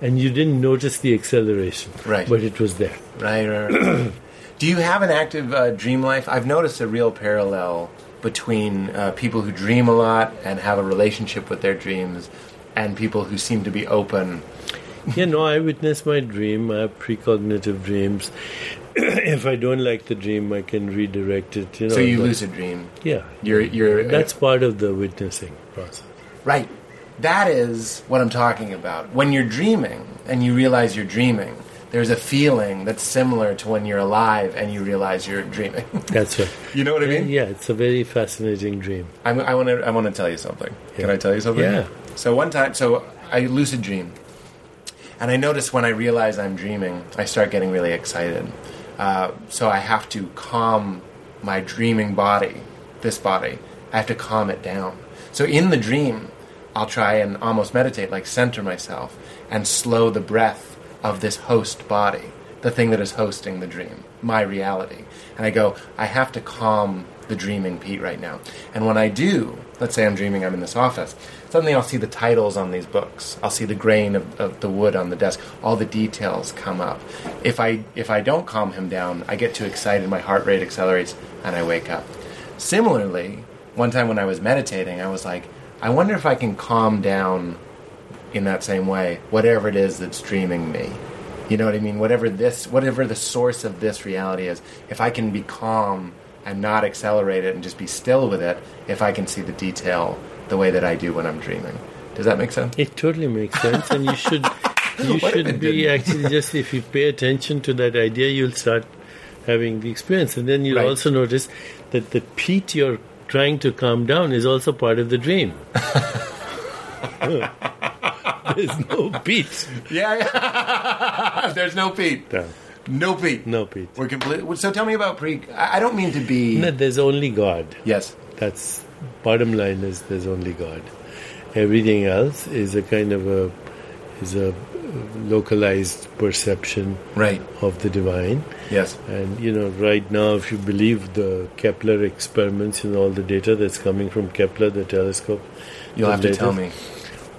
Speaker 4: and you didn't notice the acceleration.
Speaker 3: Right.
Speaker 4: But it was there.
Speaker 3: Right. right, right. Do you have an active uh, dream life? I've noticed a real parallel between uh, people who dream a lot and have a relationship with their dreams, and people who seem to be open.
Speaker 4: you know, I witness my dream. I have precognitive dreams. if I don't like the dream, I can redirect it. You know,
Speaker 3: So you
Speaker 4: but-
Speaker 3: lucid dream.
Speaker 4: Yeah,
Speaker 3: You're you're
Speaker 4: that's part of the witnessing process.
Speaker 3: Right. That is what I'm talking about. When you're dreaming and you realize you're dreaming, there's a feeling that's similar to when you're alive and you realize you're dreaming.
Speaker 4: That's right.
Speaker 3: you know what I mean?
Speaker 4: Yeah, it's a very fascinating dream.
Speaker 3: I'm, I want to. I want to tell you something. Can
Speaker 4: Yeah.
Speaker 3: I tell you something?
Speaker 4: Yeah.
Speaker 3: So one time, so I lucid dream, and I notice when I realize I'm dreaming, I start getting really excited. Uh, so I have to calm my dreaming body, this body. I have to calm it down. So in the dream, I'll try and almost meditate, like center myself, and slow the breath of this host body, the thing that is hosting the dream, my reality. And I go, I have to calm the dreaming Pete right now. And when I do, let's say I'm dreaming, I'm in this office, suddenly I'll see the titles on these books. I'll see the grain of, of the wood on the desk. All the details come up. If I if I don't calm him down, I get too excited, my heart rate accelerates, and I wake up. Similarly, one time when I was meditating, I was like, I wonder if I can calm down in that same way, whatever it is that's dreaming me. You know what I mean? Whatever this, whatever the source of this reality is, if I can be calm and not accelerate it and just be still with it, if I can see the detail the way that I do when I'm dreaming. Does that make sense?
Speaker 4: It totally makes sense, and you should you
Speaker 3: What if
Speaker 4: should
Speaker 3: it
Speaker 4: be
Speaker 3: didn't?
Speaker 4: actually just if you pay attention to that idea, you'll start having the experience, and then you'll
Speaker 3: Right.
Speaker 4: also notice that the Pete you're trying to calm down is also part of the dream. There's no Pete.
Speaker 3: Yeah. yeah. There's no Pete.
Speaker 4: No,
Speaker 3: No Pete.
Speaker 4: no Pete.
Speaker 3: We're complete. So tell me about pre. I I don't mean to be.
Speaker 4: No, there's only God.
Speaker 3: Yes.
Speaker 4: That's bottom line is there's only God. Everything else is a kind of a is a localized perception
Speaker 3: Right.
Speaker 4: of the divine.
Speaker 3: Yes.
Speaker 4: And you know, right now, if you believe the Kepler experiments and all the data that's coming from Kepler, the telescope,
Speaker 3: You'll
Speaker 4: the
Speaker 3: have to
Speaker 4: latest-
Speaker 3: tell me.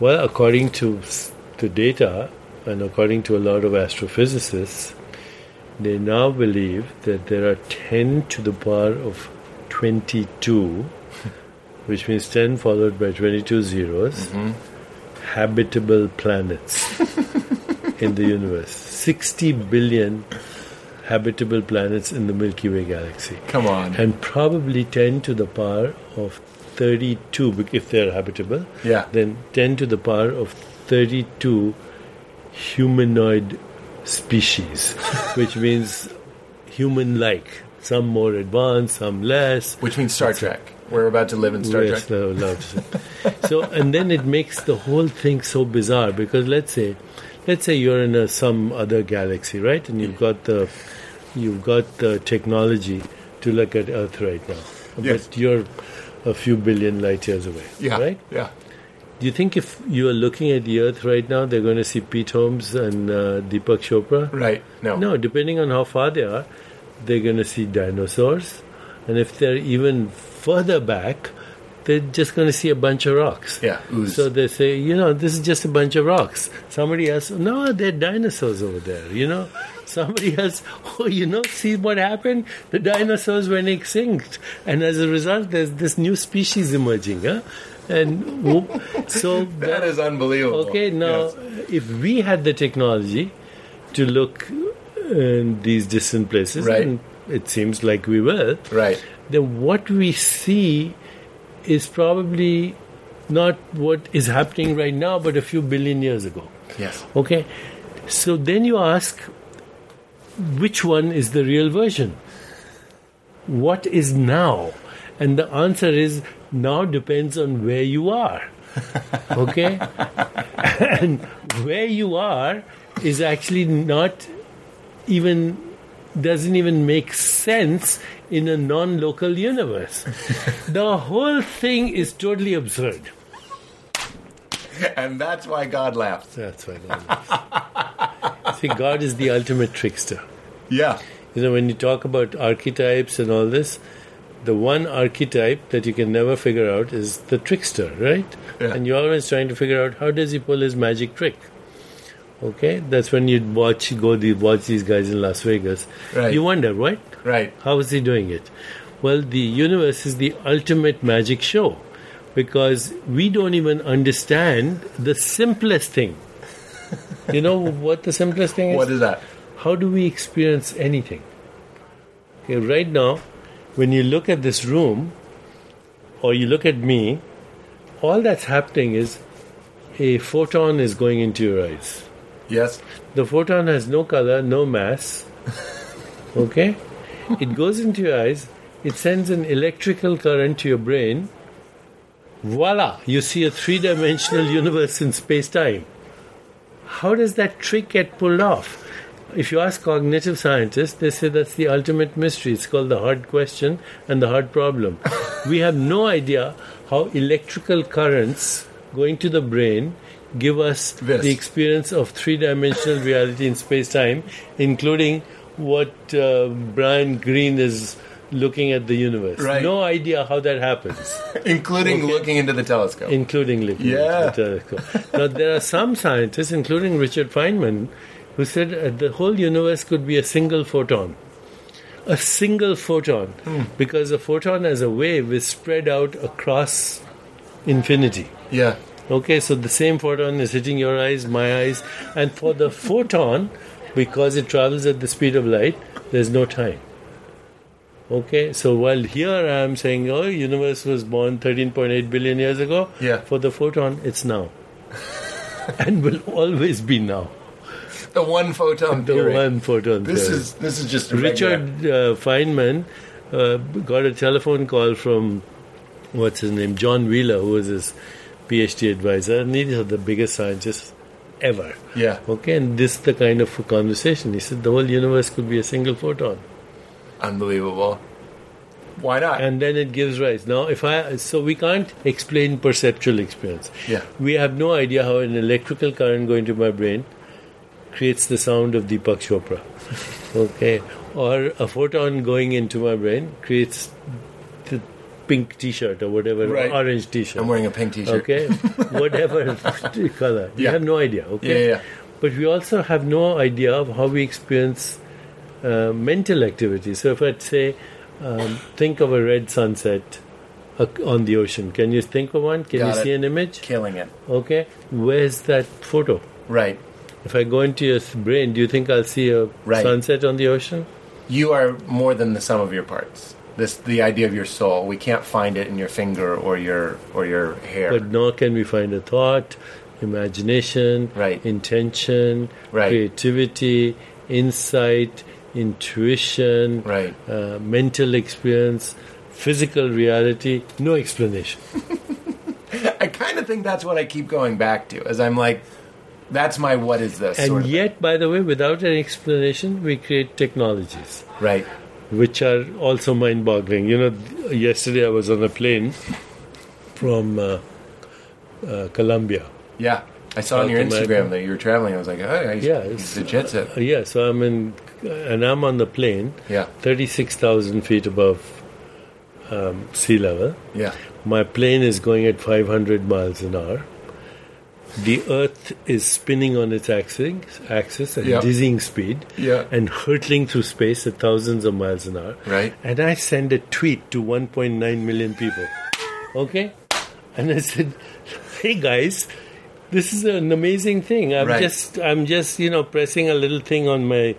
Speaker 4: Well, according to s- the data, and according to a lot of astrophysicists, they now believe that there are 10 to the power of 22, which means 10 followed by 22 zeros, habitable planets in the universe. 60 billion habitable planets in the Milky Way galaxy.
Speaker 3: Come on.
Speaker 4: And probably 10 to the power of 32, bec- if they're habitable,
Speaker 3: Yeah.
Speaker 4: then 10 to the power of 32 humanoid species, which means human like. Some more advanced, some less.
Speaker 3: Which means Star Trek. We're about to live in Star
Speaker 4: Yes,
Speaker 3: Trek.
Speaker 4: no, no, it's- so, and then it makes the whole thing so bizarre because let's say let's say you're in a, some other galaxy, right? And
Speaker 3: Mm.
Speaker 4: you've got the you've got the technology to look at Earth right now,
Speaker 3: Yes.
Speaker 4: but you're a few billion light years away,
Speaker 3: Yeah.
Speaker 4: right?
Speaker 3: Yeah.
Speaker 4: Do you think if you are looking at the Earth right now, they're going to see Pete Holmes and uh, Deepak Chopra?
Speaker 3: Right. No.
Speaker 4: No, depending on how far they are, they're going to see dinosaurs. And if they're even further back, they're just going to see a bunch of rocks.
Speaker 3: Yeah, ooze.
Speaker 4: So they say, you know, this is just a bunch of rocks. Somebody else, no, they're dinosaurs over there, you know. Somebody else, oh, you know, see what happened? The dinosaurs went extinct. And as a result, there's this new species emerging, huh? And whoop, so
Speaker 3: That is unbelievable.
Speaker 4: Okay, now
Speaker 3: Yes.
Speaker 4: if we had the technology to look uh, in these distant places,
Speaker 3: Right.
Speaker 4: and it seems like we will,
Speaker 3: Right.
Speaker 4: then what we see is probably not what is happening right now, but a few billion years ago.
Speaker 3: Yes.
Speaker 4: Okay, so then you ask, which one is the real version? What is now? And the answer is now depends on where you are. Okay? and where you are is actually not even doesn't even make sense in a non-local universe. the whole thing is totally absurd.
Speaker 3: And that's why God laughed.
Speaker 4: That's why God laughs. See, God is the ultimate trickster.
Speaker 3: Yeah.
Speaker 4: You know, when you talk about archetypes and all this, the one archetype that you can never figure out is the trickster, right?
Speaker 3: Yeah.
Speaker 4: And you're always trying to figure out how does he pull his magic trick. Okay, that's when you watch go the, watch these guys in Las Vegas.
Speaker 3: Right.
Speaker 4: You wonder, right?
Speaker 3: Right.
Speaker 4: How is he doing it? Well, the universe is the ultimate magic show because we don't even understand the simplest thing. you know what the simplest thing is?
Speaker 3: What is that?
Speaker 4: how do we experience anything? Okay, right now, when you look at this room or you look at me, all that's happening is a photon is going into your eyes.
Speaker 3: Yes.
Speaker 4: The photon has no color, no mass. Okay? It goes into your eyes, it sends an electrical current to your brain. Voila! You see a three dimensional universe in space time. How does that trick get pulled off? If you ask cognitive scientists, they say that's the ultimate mystery. It's called the hard question and the hard problem. we have no idea how electrical currents going to the brain give us
Speaker 3: This.
Speaker 4: the experience of three-dimensional reality in space-time, including what uh, Brian Greene is looking at the universe.
Speaker 3: Right.
Speaker 4: No idea how that happens,
Speaker 3: Including looking into the telescope.
Speaker 4: including looking
Speaker 3: Yeah.
Speaker 4: at the telescope. now there are some scientists, including Richard Feynman, who said uh, the whole universe could be a single photon. A single photon,
Speaker 3: Hmm.
Speaker 4: because a photon as a wave is spread out across infinity.
Speaker 3: yeah.
Speaker 4: Okay, so the same photon is hitting your eyes, my eyes, and for the photon, because it travels at the speed of light, there's no time. Okay, so while here I am saying, oh, universe was born 13.8 billion years ago.
Speaker 3: Yeah.
Speaker 4: For the photon, it's now, and will always be now.
Speaker 3: The one photon
Speaker 4: The
Speaker 3: theory.
Speaker 4: one photon.
Speaker 3: This
Speaker 4: theory.
Speaker 3: is this is just a
Speaker 4: Richard
Speaker 3: regular-
Speaker 4: uh, Feynman uh, got a telephone call from what's his name, John Wheeler, who was his PhD advisor, and he's the biggest scientist ever.
Speaker 3: Yeah.
Speaker 4: Okay, and this is the kind of conversation. He said the whole universe could be a single photon,
Speaker 3: Unbelievable. Why not?
Speaker 4: and then it gives rise. Now, if I so we can't explain perceptual experience.
Speaker 3: Yeah.
Speaker 4: we have no idea how an electrical current going to my brain creates the sound of Deepak Chopra. Okay. Or a photon going into my brain creates the pink t shirt or whatever,
Speaker 3: Right.
Speaker 4: orange t shirt.
Speaker 3: I'm wearing a pink T-shirt.
Speaker 4: Okay. whatever color. We
Speaker 3: Yeah.
Speaker 4: have no idea. Okay.
Speaker 3: Yeah, yeah.
Speaker 4: But we also have no idea of how we experience uh, mental activity. So if I'd say, um, think of a red sunset uh, on the ocean, can you think of one? Can
Speaker 3: Got
Speaker 4: you
Speaker 3: it.
Speaker 4: see an image?
Speaker 3: Killing it.
Speaker 4: Okay, where's that photo?
Speaker 3: Right.
Speaker 4: If I go into your brain, do you think I'll see a
Speaker 3: Right.
Speaker 4: sunset on the ocean?
Speaker 3: You are more than the sum of your parts. This the idea of your soul. We can't find it in your finger or your or your hair.
Speaker 4: But nor can we find a thought, imagination,
Speaker 3: Right.
Speaker 4: intention,
Speaker 3: Right.
Speaker 4: creativity, insight, intuition,
Speaker 3: Right.
Speaker 4: uh, mental experience, physical reality. No explanation.
Speaker 3: I kind of think that's what I keep going back to, as I'm like, That's my what is this? sort
Speaker 4: And
Speaker 3: of-
Speaker 4: yet, by the way, without an explanation, we create technologies
Speaker 3: right?
Speaker 4: which are also mind boggling. You know, th- yesterday I was on a plane from uh, uh, Colombia.
Speaker 3: Yeah, I saw on your
Speaker 4: South America.
Speaker 3: Instagram that you were traveling. I was like, oh, he's,
Speaker 4: Yeah, it's-
Speaker 3: he's a jet set.
Speaker 4: Uh, yeah, so I'm in, uh, and I'm on the plane,
Speaker 3: Yeah.
Speaker 4: 36,000 feet above um, sea level.
Speaker 3: Yeah,
Speaker 4: My plane is going at 500 miles an hour. The Earth is spinning on its axis, axis at
Speaker 3: Yeah.
Speaker 4: dizzying speed
Speaker 3: Yeah.
Speaker 4: and hurtling through space at thousands of miles an hour.
Speaker 3: Right.
Speaker 4: And I send a tweet to 1.9 million people. Okay? And I said, hey guys, this is an amazing thing. I'm
Speaker 3: Right.
Speaker 4: just, I'm just, you know, pressing a little thing on my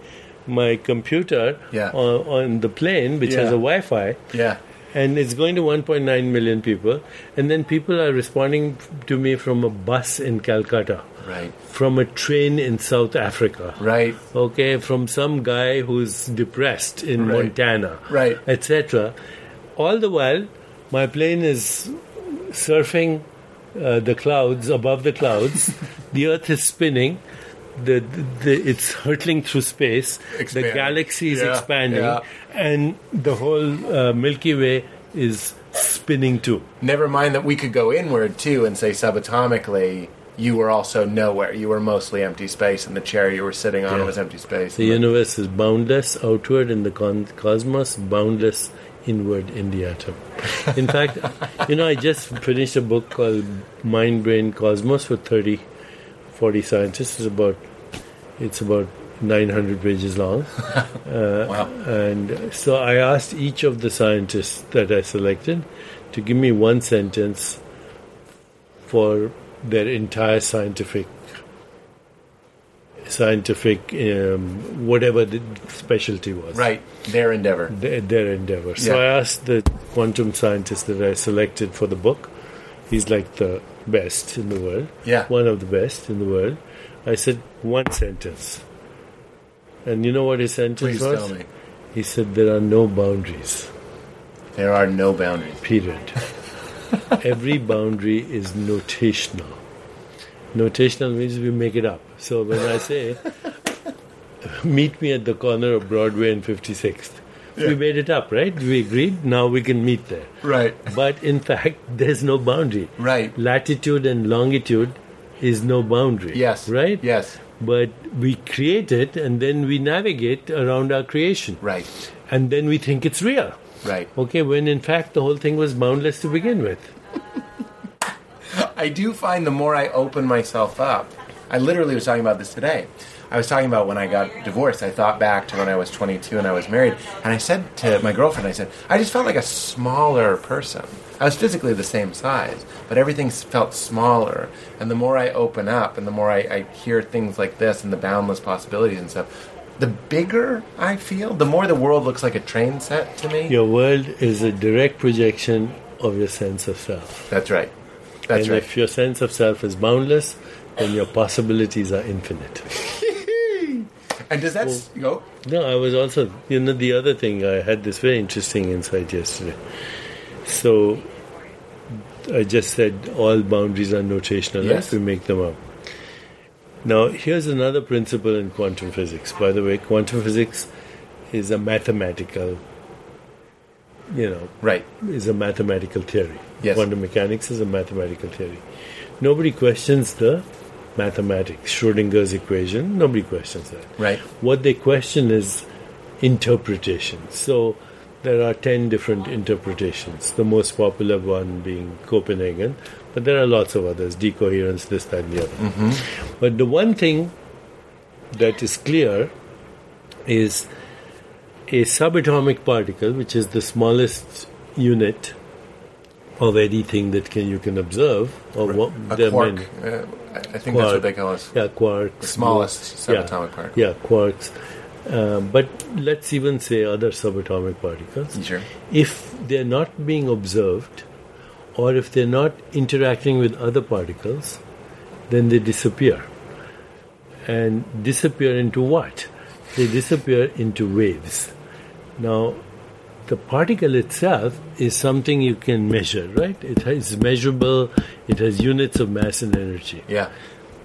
Speaker 4: my computer
Speaker 3: Yeah.
Speaker 4: on, on the plane, which
Speaker 3: Yeah.
Speaker 4: has a Wi-Fi
Speaker 3: yeah,
Speaker 4: and it's going to 1.9 million people and then people are responding f- to me from a bus in calcutta
Speaker 3: right,
Speaker 4: from a train in south africa
Speaker 3: right,
Speaker 4: okay from some guy who's depressed in
Speaker 3: Right.
Speaker 4: montana
Speaker 3: Right.
Speaker 4: etc all the while my plane is surfing uh, the clouds above the clouds the earth is spinning the, the, the it's hurtling through space
Speaker 3: Expanding.
Speaker 4: the galaxy is
Speaker 3: Yeah,
Speaker 4: expanding
Speaker 3: yeah.
Speaker 4: and the whole uh, milky way is spinning too
Speaker 3: Never mind that we could go inward too and say subatomically, you were also nowhere. You were mostly empty space, and the chair you were sitting on
Speaker 4: Yeah.
Speaker 3: was empty space.
Speaker 4: the universe is boundless outward in the con- cosmos boundless inward in the atom in fact you know i just finished a book called mind brain cosmos for 30 40 scientists it's about it's about 900 pages long
Speaker 3: wow.
Speaker 4: And so I asked each of the scientists that I selected to give me one sentence for their entire scientific scientific um, whatever the specialty was
Speaker 3: Right, their endeavor.
Speaker 4: their, their endeavor. So
Speaker 3: Yeah.
Speaker 4: I asked the quantum scientist that I selected for the book. He's like the best in the world.
Speaker 3: Yeah.
Speaker 4: One of the best in the world. I said one sentence. And you know what his sentence
Speaker 3: Please
Speaker 4: was?
Speaker 3: tell me.
Speaker 4: He said there are no boundaries.
Speaker 3: There are no boundaries.
Speaker 4: Period. Every boundary is notational. Notational means we make it up. So when I say, meet me at the corner of Broadway and 56th, we made it up, right? We agreed, now we can meet there.
Speaker 3: Right.
Speaker 4: But in fact, there's no boundary.
Speaker 3: Right.
Speaker 4: Latitude and longitude is no boundary.
Speaker 3: Yes.
Speaker 4: Right?
Speaker 3: Yes.
Speaker 4: But we create it and then we navigate around our creation.
Speaker 3: Right.
Speaker 4: And then we think it's real.
Speaker 3: Right.
Speaker 4: Okay, when in fact the whole thing was boundless to begin with.
Speaker 3: I do find the more I open myself up, I literally was talking about this today. I was talking about when I got divorced. I thought back to when I was 22 and I was married, and I said to my girlfriend, I said, I just felt like a smaller person. I was physically the same size, but everything s- felt smaller. And the more I open up and the more I, I hear things like this and the boundless possibilities and stuff, the bigger I feel, the more the world looks like a train set to me.
Speaker 4: Your world is a direct projection of your sense of self.
Speaker 3: That's right. That's
Speaker 4: and
Speaker 3: right.
Speaker 4: if your sense of self is boundless, then your possibilities are infinite.
Speaker 3: and does that s- go?
Speaker 4: No, I was also, you know, the other thing, I had this very interesting insight yesterday. So I just said all boundaries are notational
Speaker 3: Yes.
Speaker 4: yes. we make them up. Now, here's another principle in quantum physics. By the way, quantum physics is a mathematical, you know,
Speaker 3: Right.
Speaker 4: is a mathematical theory.
Speaker 3: Yes.
Speaker 4: Quantum mechanics is a mathematical theory. Nobody questions the mathematics, Schrodinger's equation. Nobody questions that.
Speaker 3: Right.
Speaker 4: What they question is interpretation. So there are 10 different interpretations, the most popular one being Copenhagen, but there are lots of others decoherence, this, that, and the other.
Speaker 3: Mm-hmm.
Speaker 4: But the one thing that is clear is a subatomic particle, which is the smallest unit of anything that can you can observe, or what
Speaker 3: a
Speaker 4: there are
Speaker 3: quark.
Speaker 4: many.
Speaker 3: Uh, I I think that's what
Speaker 4: Quark.
Speaker 3: they call us.
Speaker 4: Yeah, quarks.
Speaker 3: The smallest
Speaker 4: yeah,
Speaker 3: subatomic particle.
Speaker 4: Yeah, quarks. Um, but let's even say other subatomic particles.
Speaker 3: Sure.
Speaker 4: If they're not being observed, or if they're not interacting with other particles, then they disappear. And disappear into what? They disappear into waves. Now, the particle itself is something you can measure, right? It is measurable, it has units of mass and energy.
Speaker 3: Yeah.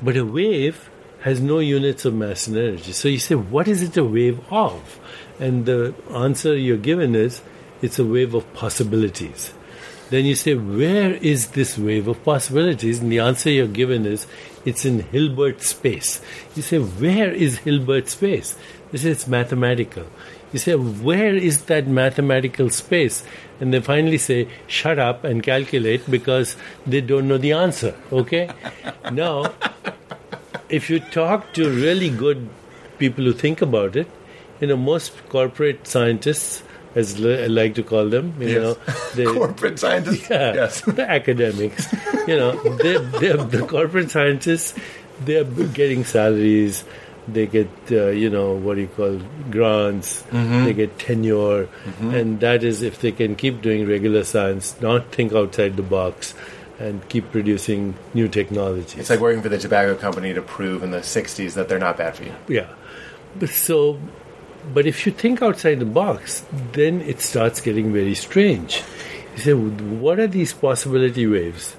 Speaker 4: But a wave has no units of mass and energy. So you say, what is it a wave of? And the answer you're given is, it's a wave of possibilities. Then you say, where is this wave of possibilities? And the answer you're given is, it's in Hilbert space. You say, where is Hilbert space? They say, it's mathematical. You say, where is that mathematical space? And they finally say, shut up and calculate because they don't know the answer. Okay? now, if you talk to really good people who think about it, you know, most corporate scientists, as li- I like to call them, you
Speaker 3: Yes.
Speaker 4: know, they,
Speaker 3: Corporate scientists.
Speaker 4: yeah,
Speaker 3: Yes.
Speaker 4: the academics, you know, they're, they're, the corporate scientists, they're getting salaries, they get, uh, you know, what do you call grants,
Speaker 3: Mm-hmm.
Speaker 4: they get tenure, and that is if they can keep doing regular science, not think outside the box, and keep producing new technologies.
Speaker 3: It's like working for the tobacco company to prove in the 60s that they're not bad for you.
Speaker 4: Yeah. But so, but if you think outside the box, then it starts getting very strange. You say, what are these possibility waves?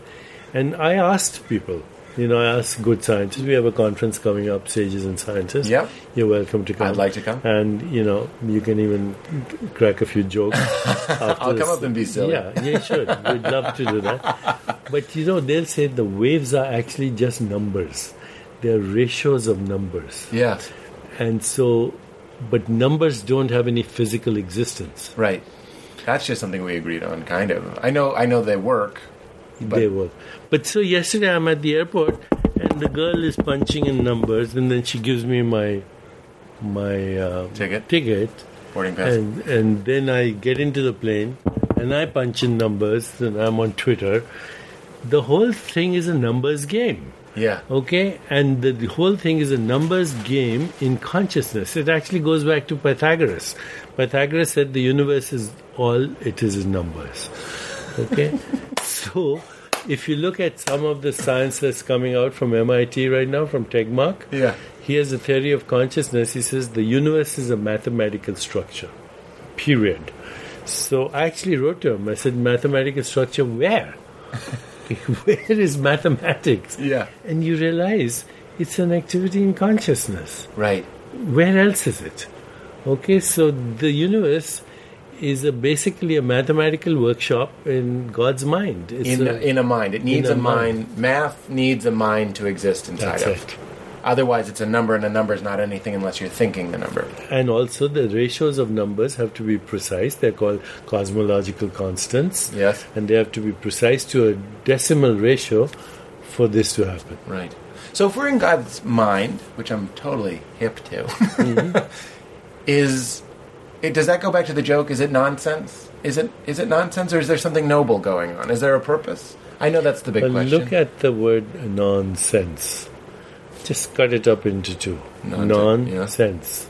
Speaker 4: And I asked people, you know, I asked good scientists. We have a conference coming up, Sages and Scientists.
Speaker 3: Yep.
Speaker 4: You're welcome to come.
Speaker 3: I'd like to come.
Speaker 4: And, you know, you can even crack a few jokes.
Speaker 3: I'll come up and be silly.
Speaker 4: Yeah, you should. We'd love to do that. But you know, they'll say the waves are actually just numbers. They're ratios of numbers.
Speaker 3: Yes.
Speaker 4: And so, but numbers don't have any physical existence.
Speaker 3: Right. That's just something we agreed on, kind of. I know. I know they work.
Speaker 4: they work. But so yesterday I'm at the airport and the girl is punching in numbers and then she gives me my my uh,
Speaker 3: Ticket.
Speaker 4: ticket
Speaker 3: Boarding pass.
Speaker 4: and and then I get into the plane and I punch in numbers and I'm on Twitter. The whole thing is a numbers game.
Speaker 3: yeah.
Speaker 4: Okay, and the, the whole thing is a numbers game in consciousness. It actually goes back to Pythagoras. Pythagoras said the universe is all it is is numbers. Okay, so if you look at some of the science that's coming out from MIT right now, from Tegmark,
Speaker 3: Yeah.
Speaker 4: he has a theory of consciousness. He says the universe is a mathematical structure. Period. So I actually wrote to him. I said, mathematical structure where? where is mathematics?
Speaker 3: Yeah.
Speaker 4: And you realize it's an activity in consciousness.
Speaker 3: Right.
Speaker 4: Where else is it? Okay, so the universe is a, basically a mathematical workshop in God's mind. It's
Speaker 3: In
Speaker 4: a-
Speaker 3: in a mind. It needs
Speaker 4: a
Speaker 3: a, mind. Math needs a mind to exist inside
Speaker 4: that's
Speaker 3: of.
Speaker 4: it.
Speaker 3: Otherwise, it's a number, and a number is not anything unless you're thinking the number.
Speaker 4: And also, the ratios of numbers have to be precise. They're called cosmological constants.
Speaker 3: Yes.
Speaker 4: And they have to be precise to a decimal ratio for this to happen.
Speaker 3: Right. So if we're in God's mind, which I'm totally hip to,
Speaker 4: Mm-hmm.
Speaker 3: is it does that go back to the joke? Is it nonsense? Is it is it nonsense, or is there something noble going on? Is there a purpose? I know that's the big
Speaker 4: But
Speaker 3: question.
Speaker 4: look at the word nonsense. Just cut it up into two.
Speaker 3: Nonsen-
Speaker 4: nonsense.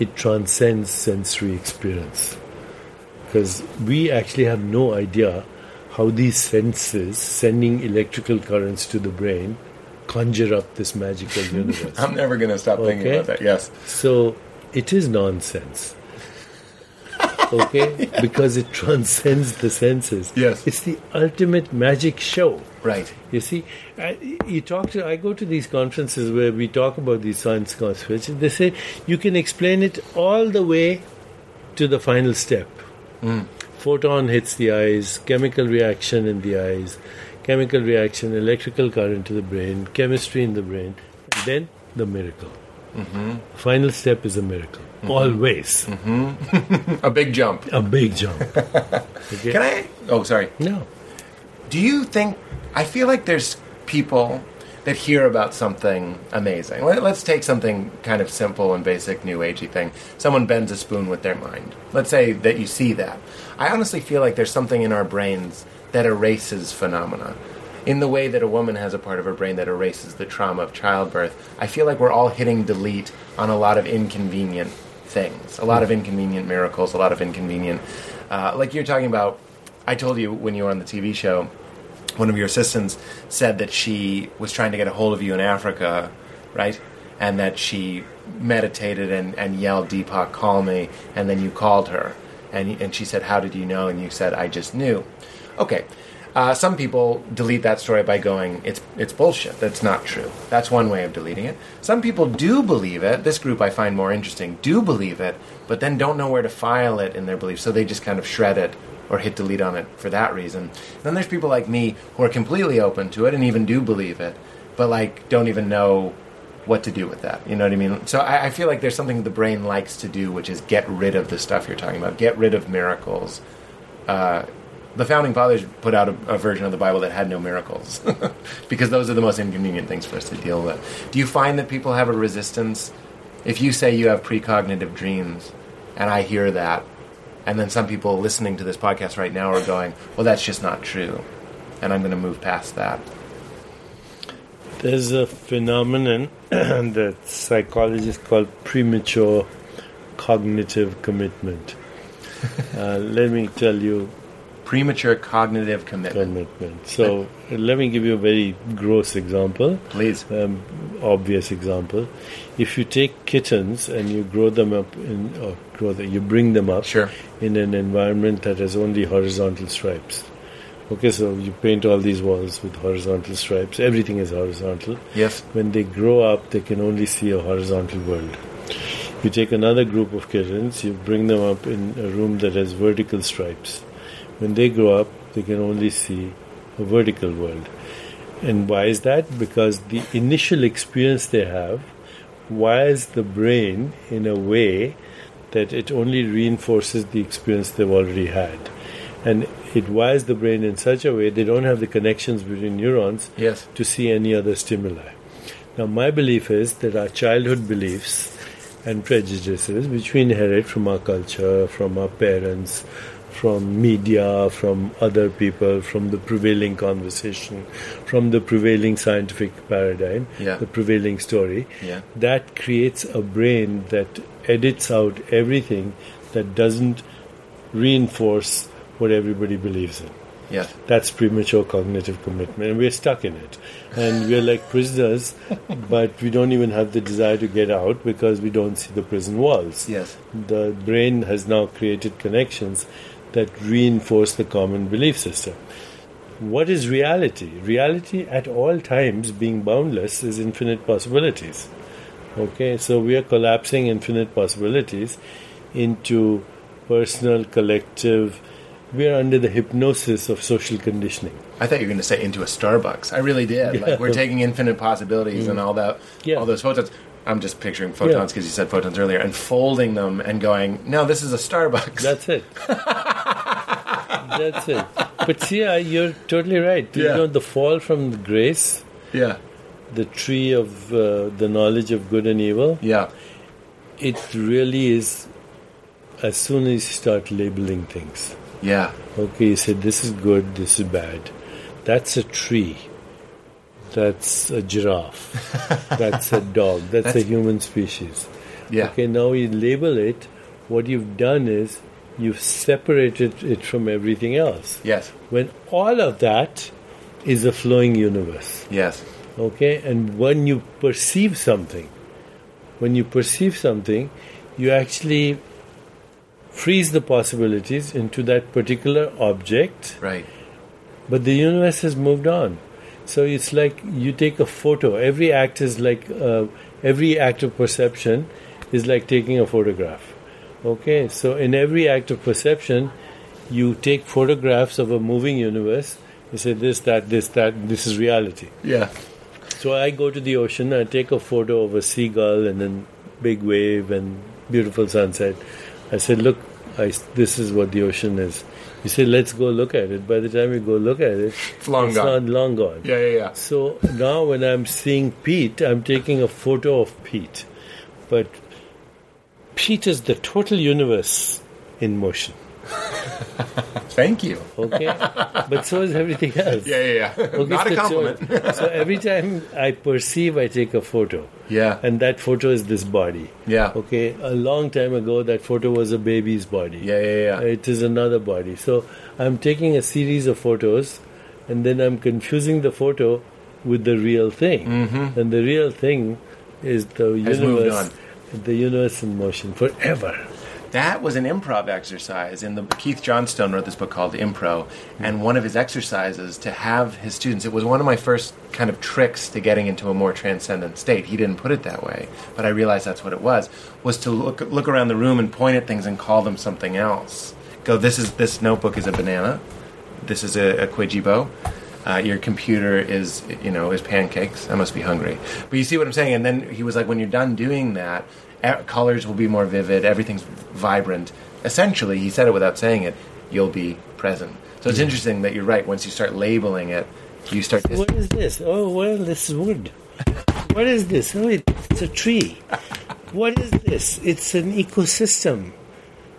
Speaker 4: It transcends sensory experience. Because we actually have no idea how these senses, sending electrical currents to the brain, conjure up this magical universe.
Speaker 3: I'm never going to stop thinking
Speaker 4: Okay.
Speaker 3: about that. Yes.
Speaker 4: So it is nonsense. Okay? Because it transcends the senses.
Speaker 3: Yes.
Speaker 4: It's the ultimate magic show.
Speaker 3: Right.
Speaker 4: You see, I, you talk to. I go to these conferences where we talk about these science concepts. and They say you can explain it all the way to the final step. Photon hits the eyes, chemical reaction in the eyes, chemical reaction, electrical current to the brain, chemistry in the brain, and then the miracle. Final step is a miracle. Always
Speaker 3: A big jump.
Speaker 4: a big jump.
Speaker 3: Can I? Oh, sorry.
Speaker 4: No,
Speaker 3: Do you think? I feel like there's people that hear about something amazing. Let, us take something kind of simple and basic, new agey thing. Someone bends a spoon with their mind. Let's say that you see that. I honestly feel like there's something in our brains that erases phenomena. In the way that a woman has a part of her brain that erases the trauma of childbirth, I feel like we're all hitting delete on a lot of inconvenient things, a lot of inconvenient miracles, a lot of inconvenient. Uh, like you're talking about I told you when you were on the TV show, one of your assistants said that she was trying to get a hold of you in Africa, right? And that she meditated and, and yelled, Deepak, call me. And then you called her. And, and she said, How did you know? And you said, I just knew. Okay. Uh, some people delete that story by going, "It's it's bullshit. That's not true." That's one way of deleting it. Some people do believe it. This group I find more interesting do believe it, but then don't know where to file it in their belief, so they just kind of shred it or hit delete on it for that reason. Then there's people like me who are completely open to it and even do believe it, but like don't even know what to do with that. You know what I mean? So I, I feel like there's something the brain likes to do, which is get rid of the stuff you're talking about, get rid of miracles. Uh, the founding fathers put out a, a version of the Bible that had no miracles, because those are the most inconvenient things for us to deal with. Do you find that people have a resistance if you say you have precognitive dreams, and I hear that, and then some people listening to this podcast right now are going, "Well, that's just not true," and I'm going to move past that.
Speaker 4: There's a phenomenon that psychologists call premature cognitive commitment. uh, let me tell you
Speaker 3: Premature cognitive commitment.
Speaker 4: commitment. So uh, let me give you a very gross example,
Speaker 3: Please.
Speaker 4: um, obvious example. If you take kittens and you grow them up, in, or grow them, you bring them up
Speaker 3: Sure.
Speaker 4: in an environment that has only horizontal stripes. Okay, so you paint all these walls with horizontal stripes. Everything is horizontal.
Speaker 3: Yes.
Speaker 4: When they grow up, they can only see a horizontal world. You take another group of kittens, you bring them up in a room that has vertical stripes. When they grow up, they can only see a vertical world. And why is that? Because the initial experience they have wires the brain in a way that it only reinforces the experience they've already had. And it wires the brain in such a way they don't have the connections between neurons
Speaker 3: Yes.
Speaker 4: to see any other stimuli. Now, my belief is that our childhood beliefs and prejudices, which we inherit from our culture, from our parents, from media, from other people, from the prevailing conversation, from the prevailing scientific paradigm,
Speaker 3: Yeah.
Speaker 4: the prevailing story,
Speaker 3: Yeah.
Speaker 4: that creates a brain that edits out everything that doesn't reinforce what everybody believes in
Speaker 3: Yes.
Speaker 4: that's premature cognitive commitment and we're stuck in it and we're like prisoners but we don't even have the desire to get out because we don't see the prison walls
Speaker 3: Yes.
Speaker 4: the brain has now created connections that reinforce the common belief system what is reality reality at all times being boundless is infinite possibilities okay so we are collapsing infinite possibilities into personal collective we are under the hypnosis of social conditioning
Speaker 3: I thought you were going to say into a Starbucks. I really did. Like we're taking infinite possibilities and all that,
Speaker 4: Yeah.
Speaker 3: all those photons. I'm just picturing photons
Speaker 4: Yeah.
Speaker 3: because you said photons earlier, and folding them and going, no, this is a Starbucks.
Speaker 4: That's it. That's it. But see, I- you're totally right. You
Speaker 3: Yeah.
Speaker 4: know, the fall from grace,
Speaker 3: yeah,
Speaker 4: the tree of uh, the knowledge of good and evil,
Speaker 3: yeah,
Speaker 4: it really is as soon as you start labeling things.
Speaker 3: yeah,
Speaker 4: Okay, you say this is good, this is bad. That's a tree. That's a giraffe. That's a dog. That's a human species.
Speaker 3: yeah.
Speaker 4: Okay, now you label it. What you've done is you've separated it from everything else.
Speaker 3: Yes,
Speaker 4: When all of that is a flowing universe.
Speaker 3: yes,
Speaker 4: Okay, and when you perceive something, when you perceive something, you actually freeze the possibilities into that particular object,
Speaker 3: right.
Speaker 4: but the universe has moved on. So it's like you take a photo. Every act is like uh, every act of perception is like taking a photograph. Okay, so in every act of perception, you take photographs of a moving universe. You say this, that, this, that. This is reality.
Speaker 3: Yeah,
Speaker 4: So I go to the ocean, I take a photo of a seagull and then big wave and beautiful sunset. I said, look, I s this is what the ocean is. You say, let's go look at it. By the time you go look at it,
Speaker 3: It's long
Speaker 4: it's
Speaker 3: gone.
Speaker 4: not long gone.
Speaker 3: yeah, yeah, yeah.
Speaker 4: So now when I'm seeing Pete, I'm taking a photo of Pete. But Pete is the total universe in motion.
Speaker 3: Thank you.
Speaker 4: Okay? but so is everything else.
Speaker 3: Yeah, yeah, yeah.
Speaker 4: Okay,
Speaker 3: Not
Speaker 4: so-
Speaker 3: a
Speaker 4: so-
Speaker 3: compliment.
Speaker 4: so every time I perceive, I take a photo.
Speaker 3: Yeah.
Speaker 4: And that photo is this body.
Speaker 3: Yeah.
Speaker 4: Okay. A long time ago, that photo was a baby's body.
Speaker 3: Yeah, yeah, yeah.
Speaker 4: It is another body. So I'm taking a series of photos, and then I'm confusing the photo with the real thing. Mm-hmm. And the real thing is the
Speaker 3: Has moved
Speaker 4: universe. The universe in motion forever.
Speaker 3: That was an improv exercise. In the Keith Johnstone wrote this book called Impro, and one of his exercises to have his students. It was one of my first kind of tricks to getting into a more transcendent state. He didn't put it that way, but I realized that's what it was. Was to look look around the room and point at things and call them something else. Go, this is this notebook is a banana. This is a, a quijibo. Uh, your computer is, you know, is pancakes. I must be hungry. But you see what I'm saying? And then he was like, when you're done doing that, e- colors will be more vivid. Everything's vibrant. Essentially, he said it without saying it. You'll be present. So
Speaker 4: Hmm.
Speaker 3: it's interesting that you're right. Once you start labeling it, you start. To,
Speaker 4: What is this? Oh, well, this is wood. What is this? Oh, it, it's a tree. What is this? It's an ecosystem.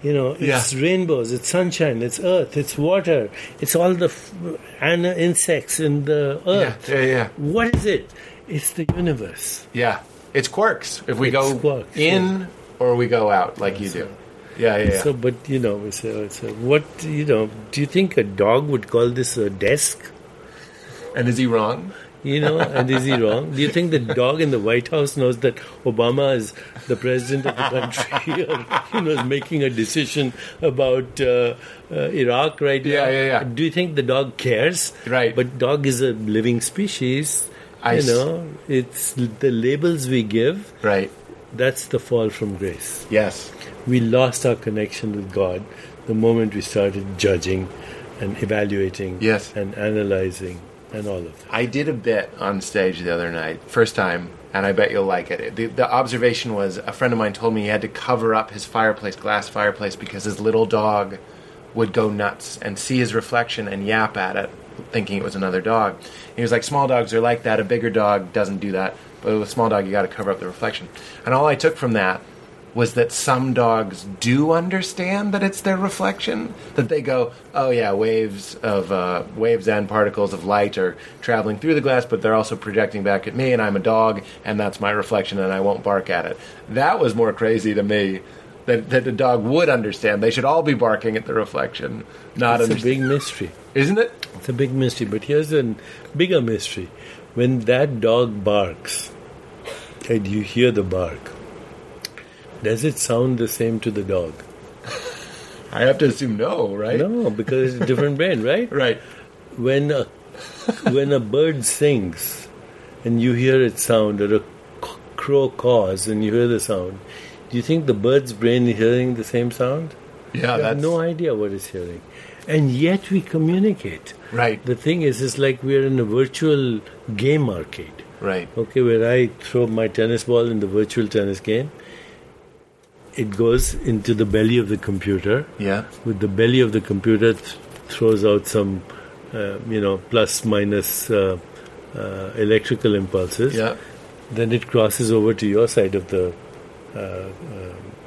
Speaker 4: You know, it's
Speaker 3: Yeah.
Speaker 4: rainbows, it's sunshine, it's earth, it's water, it's all the f- and the insects in the
Speaker 3: yeah,
Speaker 4: earth.
Speaker 3: yeah, yeah.
Speaker 4: What is it? It's the universe.
Speaker 3: Yeah, it's quirks. If we
Speaker 4: It's
Speaker 3: go
Speaker 4: quirks,
Speaker 3: in or we go out, like you do. Yeah, yeah, yeah.
Speaker 4: So, but you know, it's a, it's a, what you know? Do you think a dog would call this a desk?
Speaker 3: and is he wrong?
Speaker 4: You know, and is he wrong? Do you think the dog in the White House knows that Obama is the president of the country, or you know, is making a decision about uh, uh, Iraq right now?
Speaker 3: Yeah, yeah, yeah.
Speaker 4: Do you think the dog cares?
Speaker 3: Right.
Speaker 4: But dog is a living species.
Speaker 3: I
Speaker 4: you
Speaker 3: s-
Speaker 4: know, it's the labels we give.
Speaker 3: Right.
Speaker 4: That's the fall from grace.
Speaker 3: Yes.
Speaker 4: We lost our connection with God the moment we started judging, and evaluating,
Speaker 3: Yes.
Speaker 4: and analyzing, and all of that.
Speaker 3: I did a bit on stage the other night, first time, and I bet you'll like it. The, the observation was a friend of mine told me he had to cover up his fireplace, glass fireplace, because his little dog would go nuts and see his reflection and yap at it, thinking it was another dog. And he was like, small dogs are like that. A bigger dog doesn't do that. But with a small dog, you got to cover up the reflection. And all I took from that was that some dogs do understand that it's their reflection that they go oh yeah waves of uh, waves and particles of light are traveling through the glass but they're also projecting back at me and i'm a dog and that's my reflection and i won't bark at it that was more crazy to me that, that the dog would understand they should all be barking at the reflection not
Speaker 4: It's a
Speaker 3: understand
Speaker 4: big mystery.
Speaker 3: isn't it
Speaker 4: It's a big mystery, but here's a bigger mystery. When that dog barks and you hear the bark, does it sound the same to the dog?
Speaker 3: i have to assume no right
Speaker 4: No, because it's a different brain, right?
Speaker 3: right
Speaker 4: When a, when a bird sings and you hear its sound, or a c- crow caws and you hear the sound, do you think the bird's brain is hearing the same sound? We
Speaker 3: yeah
Speaker 4: have
Speaker 3: that's
Speaker 4: no idea what it's hearing. And yet we communicate.
Speaker 3: Right.
Speaker 4: The thing is, it's like we're in a virtual game arcade.
Speaker 3: right
Speaker 4: Okay, where I throw my tennis ball in the virtual tennis game, it goes into the belly of the computer.
Speaker 3: yeah
Speaker 4: With the belly of the computer, th- throws out some, uh, you know, plus minus uh, uh, electrical impulses.
Speaker 3: yeah
Speaker 4: Then it crosses over to your side of the uh, uh,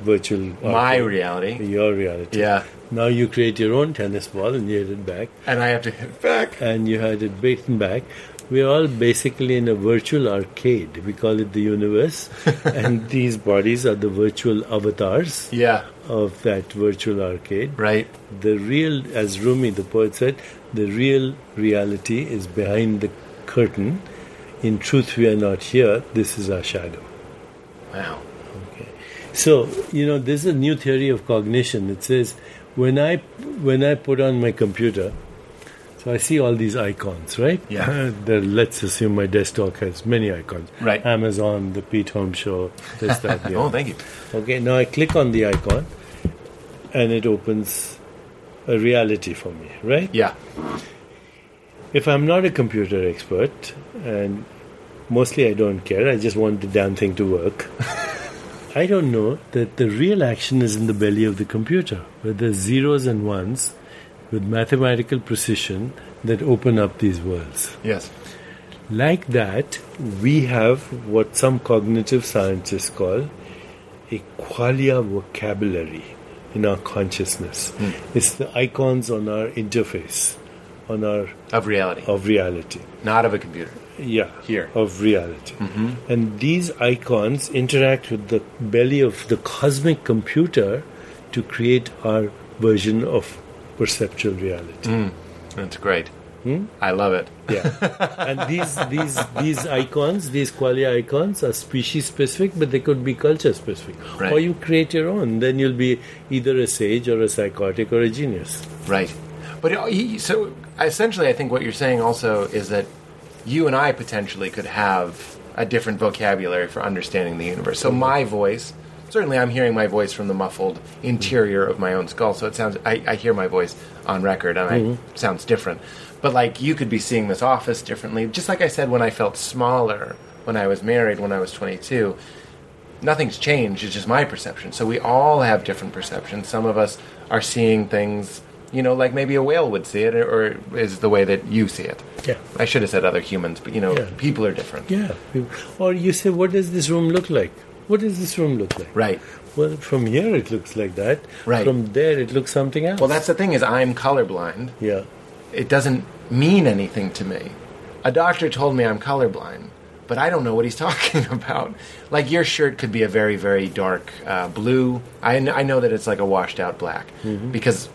Speaker 4: virtual.
Speaker 3: my
Speaker 4: arcade
Speaker 3: reality
Speaker 4: your reality.
Speaker 3: Yeah.
Speaker 4: Now you create your own tennis ball and you hit it back,
Speaker 3: and i have to hit back
Speaker 4: and you had it beaten back. We're all basically in a virtual arcade. We call it the universe, and these bodies are the virtual avatars
Speaker 3: yeah
Speaker 4: of that virtual arcade.
Speaker 3: right
Speaker 4: The real, as Rumi, the poet said, the real reality is behind the curtain. In truth, we are not here. This is our shadow.
Speaker 3: wow
Speaker 4: So you know, there's a new theory of cognition. It says when I when I put on my computer, so I see all these icons, right?
Speaker 3: Yeah.
Speaker 4: There- let's assume my desktop has many icons.
Speaker 3: Right.
Speaker 4: Amazon, the Pete Holmes Show, this, that, the
Speaker 3: oh
Speaker 4: other.
Speaker 3: thank you
Speaker 4: Okay. Now I click on the icon, and it opens a reality for me, right?
Speaker 3: yeah
Speaker 4: If I'm not a computer expert, and mostly I don't care, I just want the damn thing to work, I don't know that the real action is in the belly of the computer, where there's zeros and ones with mathematical precision that open up these worlds.
Speaker 3: Yes.
Speaker 4: Like that, we have what some cognitive scientists call a qualia vocabulary in our consciousness. It's the icons on our interface, on our
Speaker 3: Of reality.
Speaker 4: of reality.
Speaker 3: Not of a computer.
Speaker 4: Yeah.
Speaker 3: Here. Mm-hmm.
Speaker 4: Of reality. And these icons interact with the belly of the cosmic computer
Speaker 3: Mm.
Speaker 4: to create our version of perceptual reality.
Speaker 3: That's great. I love it.
Speaker 4: Yeah, and these these these icons, these qualia icons, are species specific, but they could be culture specific.
Speaker 3: Right.
Speaker 4: Or you create your own, then you'll be either a sage or a psychotic or a genius.
Speaker 3: Right. But it- he, so essentially, I think what you're saying also is that you and I potentially could have a different vocabulary for understanding the universe. So my voice, certainly, I'm hearing my voice from the muffled interior of my own skull. So it sounds I, I hear my voice on record, and I sounds different. But like you could be seeing this office differently, just like I said when I felt smaller when I was married when I was 22 nothing's changed. It's just my perception. So we all have different perceptions. Some of us are seeing things, you know, like maybe a whale would see it, or or is the way that you see it.
Speaker 4: Yeah.
Speaker 3: I should have said other humans, but you know,
Speaker 4: Yeah.
Speaker 3: people are different.
Speaker 4: Yeah. Or you say, what does this room look like? What does this room look like?
Speaker 3: Right.
Speaker 4: Well, from here it looks like that.
Speaker 3: Right.
Speaker 4: From there it looks something else.
Speaker 3: Well, that's the thing is I'm colorblind.
Speaker 4: yeah.
Speaker 3: It doesn't mean anything to me. A doctor told me I'm colorblind, but I don't know what he's talking about. Like your shirt could be a very, very dark uh, blue. I, kn- I know that it's like a washed out black
Speaker 4: Mm-hmm.
Speaker 3: because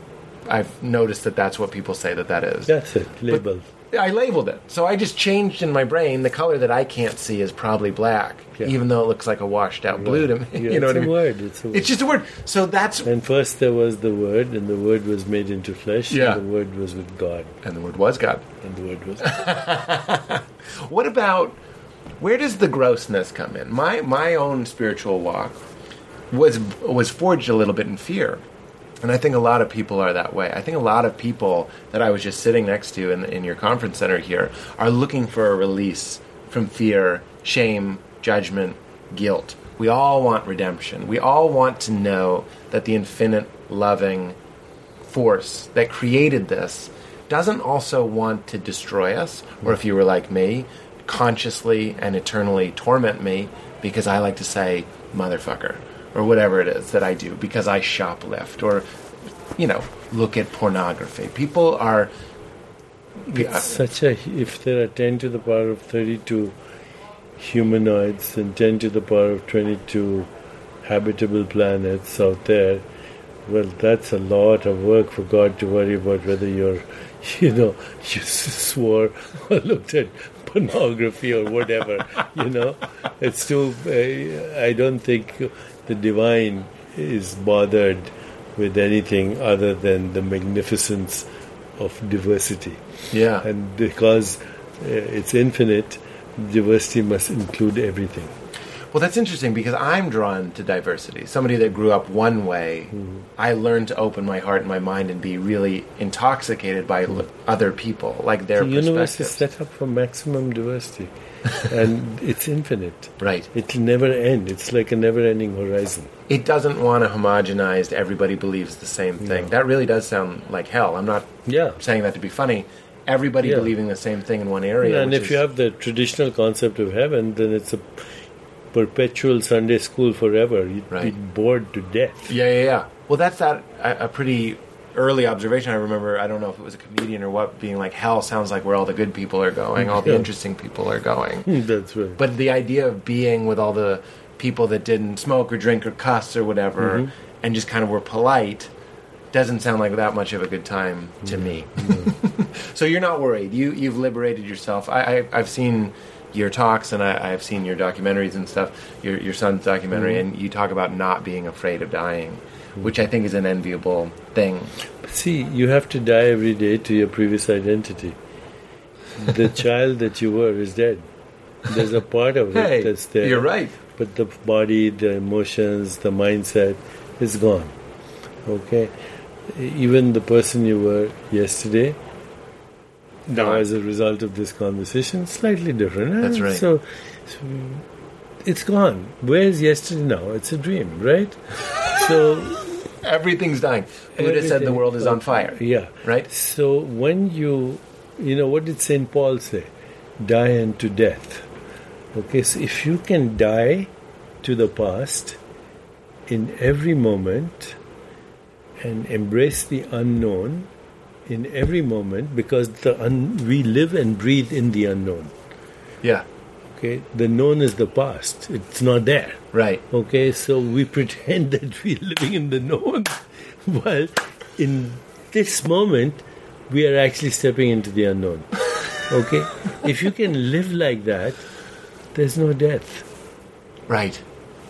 Speaker 3: I've noticed that that's what people say that that is.
Speaker 4: That's it. Label.
Speaker 3: I labeled it. So I just changed in my brain the color that I can't see is probably black,
Speaker 4: Yeah.
Speaker 3: even though it looks like a washed out blue to me.
Speaker 4: Yeah,
Speaker 3: you know
Speaker 4: it's
Speaker 3: what I
Speaker 4: a
Speaker 3: mean?
Speaker 4: word, it's a word.
Speaker 3: It's just a word. So that's
Speaker 4: and first there was the word, and the word was made into flesh,
Speaker 3: Yeah.
Speaker 4: and the word was with God,
Speaker 3: and the word was God.
Speaker 4: and the word was.
Speaker 3: What about where does the grossness come in? My my own spiritual walk was was forged a little bit in fear. And I think a lot of people are that way. I think a lot of people that I was just sitting next to in, in your conference center here are looking for a release from fear, shame, judgment, guilt. We all want redemption. We all want to know that the infinite, loving, force that created this doesn't also want to destroy us, or if you were like me, consciously and eternally torment me because I like to say motherfucker or whatever it is that I do because I shoplift or, you know, look at pornography. People are. Yeah,
Speaker 4: such a if there are 10 to the power of 32 humanoids and 10 to the power of 22 habitable planets out there well that's a lot of work for god to worry about whether you're you know you s- swore or looked at pornography or whatever you know it's too uh, i don't think the divine is bothered with anything other than the magnificence of diversity
Speaker 3: yeah.
Speaker 4: and because uh, it's infinite, diversity must include everything.
Speaker 3: Well, that's interesting because I'm drawn to diversity. Somebody that grew up one way,
Speaker 4: Mm-hmm.
Speaker 3: I learned to open my heart and my mind and be really intoxicated by l- other people, like their
Speaker 4: The universe is
Speaker 3: perspectives.
Speaker 4: set up for maximum diversity, and it's infinite.
Speaker 3: Right.
Speaker 4: It'll never end. It's like a never-ending horizon.
Speaker 3: It doesn't want a homogenized, everybody believes the same thing. That really does sound like hell. I'm not
Speaker 4: Yeah.
Speaker 3: saying that to be funny. Everybody
Speaker 4: Yeah.
Speaker 3: believing the same thing in one area.
Speaker 4: and
Speaker 3: which
Speaker 4: if
Speaker 3: is-
Speaker 4: you have the traditional concept of heaven, then it's a perpetual Sunday school forever. You'd be
Speaker 3: Right.
Speaker 4: bored to death.
Speaker 3: Yeah, yeah, yeah. Well, that's that a, a pretty early observation. I remember. I don't know if it was a comedian or what, being like, "Hell sounds like where all the good people are going, all the
Speaker 4: Yeah.
Speaker 3: interesting people are going."
Speaker 4: That's right.
Speaker 3: But the idea of being with all the people that didn't smoke or drink or cuss or whatever, and just kind of were polite, doesn't sound like that much of a good time to me. so you're not worried. You you've liberated yourself. I, I I've seen your talks and I, I've seen your documentaries and stuff. Your your son's documentary, and you talk about not being afraid of dying, which I think is an enviable thing.
Speaker 4: See, you have to die every day to your previous identity. The child that you were is dead. There's a part of
Speaker 3: Hey,
Speaker 4: it that's there.
Speaker 3: you're right.
Speaker 4: But the body, the emotions, the mindset is gone. Okay? Even the person you were yesterday, now as a result of this conversation, slightly different. eh?
Speaker 3: That's right.
Speaker 4: So, so it's gone. Where's yesterday now? It's a dream, right? so
Speaker 3: Everything's dying. Buddha said the
Speaker 4: Everything.
Speaker 3: world is on fire.
Speaker 4: yeah.
Speaker 3: Right?
Speaker 4: So when you, you know, what did St. Paul say? Die unto death. Okay, so if you can die to the past in every moment and embrace the unknown in every moment, because the un- we live and breathe in the unknown.
Speaker 3: Yeah.
Speaker 4: Okay, the known is the past, it's not there.
Speaker 3: Right.
Speaker 4: Okay, so we pretend that we're living in the known, while in this moment we are actually stepping into the unknown. Okay? if you can live like that, there's no death.
Speaker 3: Right.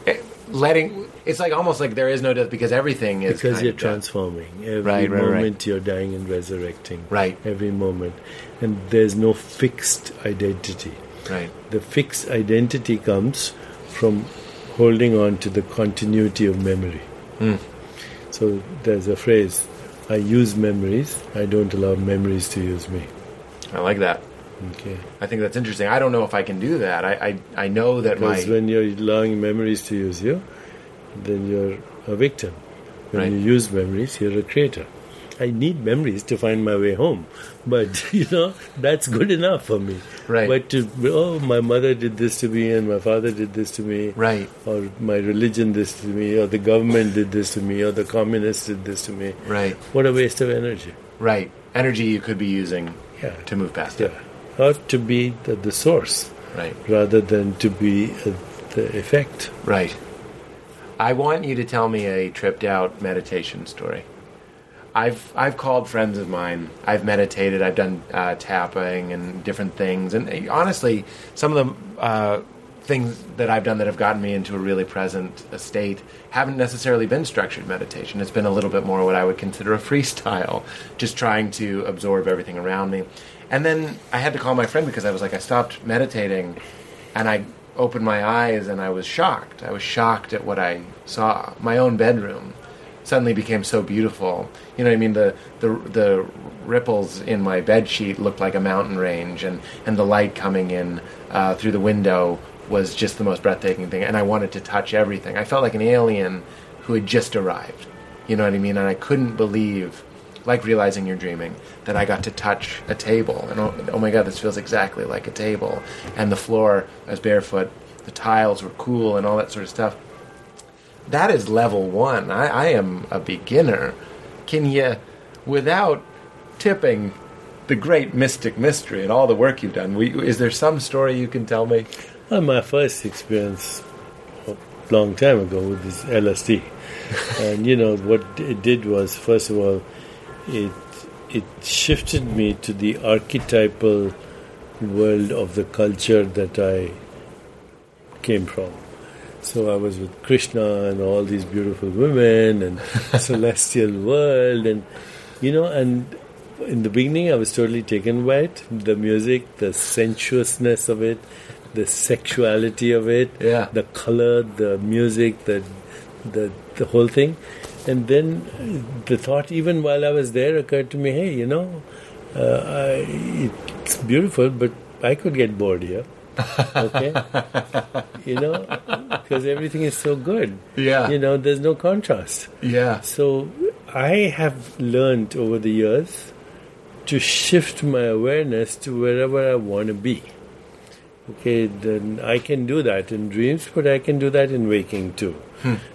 Speaker 3: Eh, Letting it's like almost like there is no death because everything is
Speaker 4: because
Speaker 3: kind
Speaker 4: you're
Speaker 3: of death.
Speaker 4: transforming every
Speaker 3: Right, right, right.
Speaker 4: moment you're dying and resurrecting
Speaker 3: Right.
Speaker 4: every moment and there's no fixed identity
Speaker 3: Right.
Speaker 4: the fixed identity comes from holding on to the continuity of memory
Speaker 3: Hmm.
Speaker 4: so there's a phrase i use memories i don't allow memories to use me
Speaker 3: I like that.
Speaker 4: okay
Speaker 3: I think that's interesting. I don't know if I can do that. I I, I know that my
Speaker 4: because when you're allowing memories to use you then you're a victim when
Speaker 3: Right.
Speaker 4: you use memories you're a creator i need memories to find my way home but you know that's good enough for me
Speaker 3: Right.
Speaker 4: but to oh my mother did this to me and my father did this to me
Speaker 3: Right.
Speaker 4: or my religion did this to me or the government did this to me or the communists did this to me
Speaker 3: Right.
Speaker 4: what a waste of energy
Speaker 3: Right. Energy you could be using
Speaker 4: Yeah.
Speaker 3: to move past
Speaker 4: yeah or to be the, the source
Speaker 3: it. Right.
Speaker 4: rather than to be uh, the effect
Speaker 3: Right. I want you to tell me a tripped out meditation story. I've I've called friends of mine. I've meditated. I've done uh, tapping and different things. And uh, honestly, some of the uh, things that I've done that have gotten me into a really present uh, state haven't necessarily been structured meditation. It's been a little bit more what I would consider a freestyle, just trying to absorb everything around me. And then I had to call my friend because I was like, I stopped meditating, and I opened my eyes and I was shocked. I was shocked at what I saw. My own bedroom suddenly became so beautiful. You know what I mean? The the the ripples in my bed sheet looked like a mountain range, and and the light coming in uh, through the window was just the most breathtaking thing. And I wanted to touch everything. I felt like an alien who had just arrived. You know what I mean? And I couldn't believe. Like realizing you're dreaming, that I got to touch a table, and oh, oh my god, this feels exactly like a table. And the floor, I was barefoot, the tiles were cool, and all that sort of stuff that is level one. I, I am a beginner. Can you, without tipping the great mystic mystery and all the work you've done, we, is there some story you can tell me?
Speaker 4: Well, my first experience a long time ago with this LSD, and you know what it did was first of all, it it shifted me to the archetypal world of the culture that I came from. So I was with Krishna and all these beautiful women and celestial world and you know and in the beginning I was totally taken by it the music the sensuousness of it the sexuality of it
Speaker 3: Yeah.
Speaker 4: the color the music the the the whole thing and then uh, the thought even while I was there occurred to me hey you know uh, I, it's beautiful but I could get bored here okay you know because everything is so good
Speaker 3: Yeah.
Speaker 4: you know there's no contrast
Speaker 3: Yeah.
Speaker 4: so i have learned over the years to shift my awareness to wherever i want to be okay then i can do that in dreams but i can do that in waking too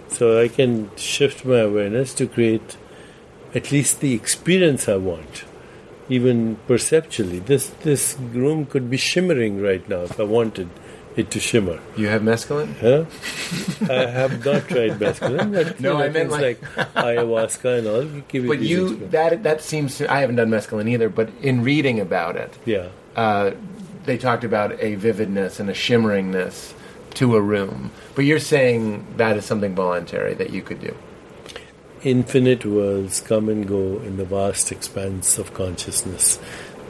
Speaker 4: so i can shift my awareness to create at least the experience i want even perceptually this this room could be shimmering right now if i wanted it to shimmer
Speaker 3: You have mescaline?
Speaker 4: Huh? I have not tried mescaline. But
Speaker 3: No,
Speaker 4: you know,
Speaker 3: I meant
Speaker 4: things
Speaker 3: like-
Speaker 4: like, ayahuasca and all. Give you
Speaker 3: But
Speaker 4: these
Speaker 3: you,
Speaker 4: experiences.
Speaker 3: that, that seems to, I haven't done mescaline either, but in reading about it,
Speaker 4: yeah,
Speaker 3: uh, they talked about a vividness and a shimmeringness to a room. But you're saying that is something voluntary that you could do.
Speaker 4: infinite worlds come and go in the vast expanse of consciousness.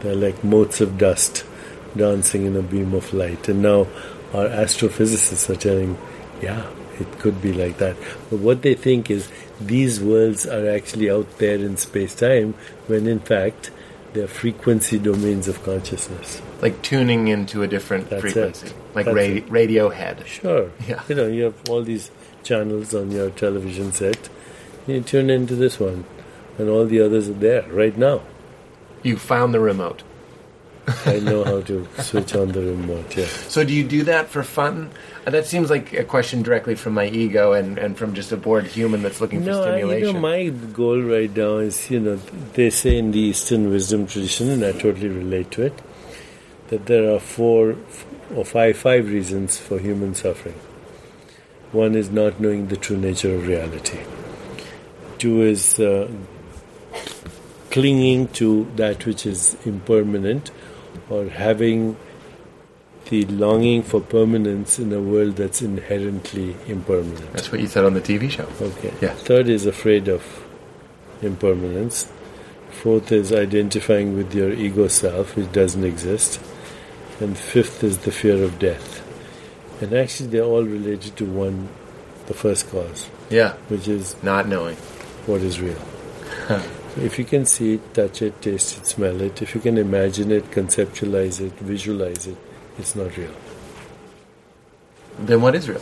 Speaker 4: They're like motes of dust dancing in a beam of light. And now our astrophysicists are telling, yeah, it could be like that. But what they think is these worlds are actually out there in space-time, when in fact they're frequency domains of consciousness.
Speaker 3: Like tuning into a different
Speaker 4: That's
Speaker 3: frequency,
Speaker 4: it.
Speaker 3: like
Speaker 4: That's
Speaker 3: radi-
Speaker 4: it.
Speaker 3: Radiohead.
Speaker 4: Sure.
Speaker 3: Yeah.
Speaker 4: You know, you have all these channels on your television set. You tune into this one, and all the others are there right now.
Speaker 3: You found the remote.
Speaker 4: I know how to switch on the remote. Yeah.
Speaker 3: So do you do that for fun? Uh, That seems like a question directly from my ego and, and from just a bored human that's looking for
Speaker 4: No, I- you know,
Speaker 3: stimulation.
Speaker 4: my goal right now is, you know, they say in the Eastern wisdom tradition, and I totally relate to it, that there are four or five five reasons for human suffering. One is not knowing the true nature of reality. Two is uh, clinging to that which is impermanent or having the longing for permanence in a world that's inherently impermanent.
Speaker 3: That's what you said on the TV show.
Speaker 4: Okay.
Speaker 3: Yeah.
Speaker 4: Third is afraid of impermanence. Fourth is identifying with your ego self, which doesn't exist. And fifth is the fear of death. And actually, they're all related to one, the first cause,
Speaker 3: Yeah.
Speaker 4: which is
Speaker 3: Not knowing.
Speaker 4: what is real. if you can see it, touch it, taste it, smell it, if you can imagine it, conceptualize it, visualize it, it's not real.
Speaker 3: Then what is real?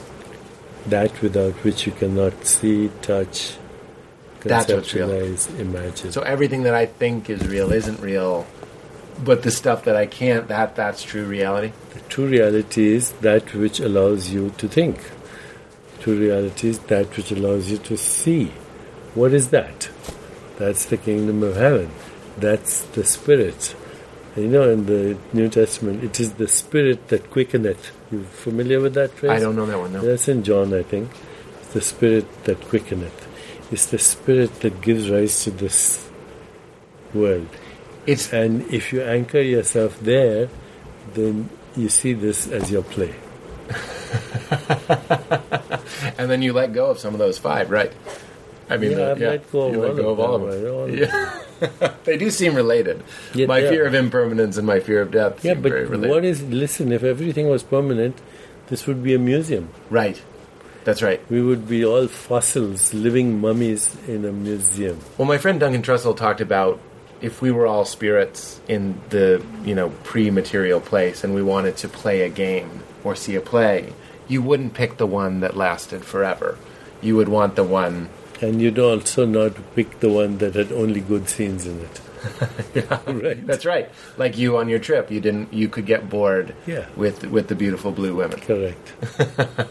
Speaker 4: That without which you cannot see, touch,
Speaker 3: That's what's real.
Speaker 4: conceptualize, imagine.
Speaker 3: So everything that I think is real isn't real, but the stuff that I can't, that that's true reality.
Speaker 4: the true reality is that which allows you to think. True reality is that which allows you to see. What is that? That's the kingdom of heaven. That's the spirit. You know, in the New Testament, it is the spirit that quickeneth. You familiar with that phrase?
Speaker 3: I don't know that one, no.
Speaker 4: That's in John, I think. It's the spirit that quickeneth. It's the spirit that gives rise to this world.
Speaker 3: It's
Speaker 4: And if you anchor yourself there, then you see this as your play.
Speaker 3: and then you let go of some of those five, right? I mean,
Speaker 4: Yeah,
Speaker 3: the-
Speaker 4: I've let go of
Speaker 3: you
Speaker 4: all
Speaker 3: let go
Speaker 4: of
Speaker 3: of all
Speaker 4: them,
Speaker 3: of
Speaker 4: right? All
Speaker 3: them.
Speaker 4: of
Speaker 3: Yeah. they do seem related.
Speaker 4: Yeah,
Speaker 3: my
Speaker 4: they
Speaker 3: fear
Speaker 4: are.
Speaker 3: of impermanence and my fear of death
Speaker 4: Yeah,
Speaker 3: seem
Speaker 4: but
Speaker 3: very related.
Speaker 4: what is, listen, if everything was permanent, this would be a museum.
Speaker 3: right. That's right.
Speaker 4: We would be all fossils, living mummies in a museum.
Speaker 3: Well, my friend Duncan Trussell talked about if we were all spirits in the you know pre-material place and we wanted to play a game or see a play, you wouldn't pick the one that lasted forever. You would want the one.
Speaker 4: And you'd also not pick the one that had only good scenes in it. Right.
Speaker 3: That's right. Like you on your trip, you didn't. You could get bored
Speaker 4: Yeah.
Speaker 3: with with the beautiful blue women.
Speaker 4: Correct.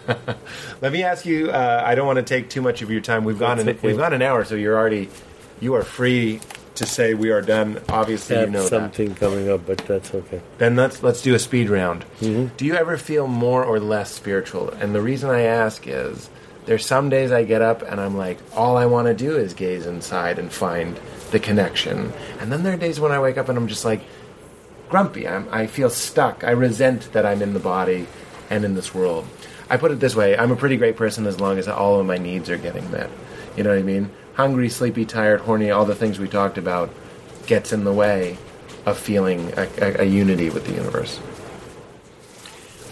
Speaker 3: Let me ask you. Uh, I don't want to take too much of your time. We've gone
Speaker 4: That's
Speaker 3: an,
Speaker 4: okay.
Speaker 3: we've gone an hour, so you're already you are free to say we are done. Obviously,
Speaker 4: Have
Speaker 3: you know that.
Speaker 4: something coming up, but that's okay.
Speaker 3: Then let's let's do a speed round. Do you ever feel more or less spiritual? And the reason I ask is there's some days I get up and I'm like, all I want to do is gaze inside and find the connection. And then there are days when I wake up and I'm just like grumpy. I'm, I feel stuck. I resent that I'm in the body and in this world. I put it this way: I'm a pretty great person as long as all of my needs are getting met. You know what I mean? Hungry, sleepy, tired, horny—all the things we talked about gets in the way of feeling a, a, a unity with the universe.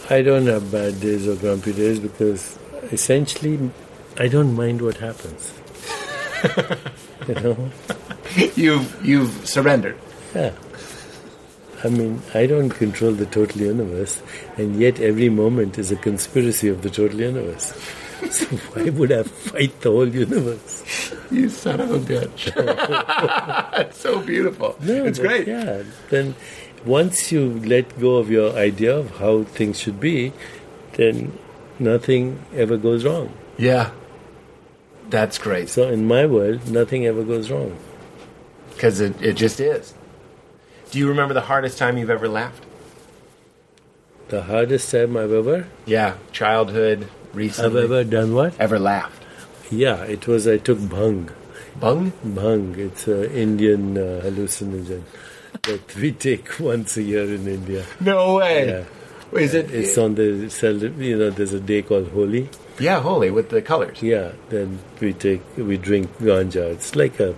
Speaker 4: I don't have bad days or grumpy days because essentially I don't mind what happens. you know?
Speaker 3: You've you've surrendered.
Speaker 4: Yeah. I mean, I don't control the total universe, and yet every moment is a conspiracy of the total universe. So why would I fight the whole universe?
Speaker 3: You son of a bitch. it's so beautiful.
Speaker 4: No,
Speaker 3: it's
Speaker 4: but
Speaker 3: great.
Speaker 4: Yeah. Then once you let go of your idea of how things should be, then nothing ever goes wrong.
Speaker 3: yeah. That's great.
Speaker 4: So in my world, nothing ever goes wrong.
Speaker 3: Because it, it just is. Do you remember the hardest time you've ever laughed?
Speaker 4: The hardest time I've ever
Speaker 3: Yeah, childhood,
Speaker 4: I've
Speaker 3: recently.
Speaker 4: ever done what?
Speaker 3: ever laughed?
Speaker 4: Yeah, it was I took bhang.
Speaker 3: Bung?
Speaker 4: Bhang, it's an Indian uh, hallucinogen that we take once a year in India.
Speaker 3: No way. Is it?
Speaker 4: It's on the cele- you know there's a day called Holi.
Speaker 3: yeah, holy with the colors.
Speaker 4: Yeah, then we take we drink ganja. It's like a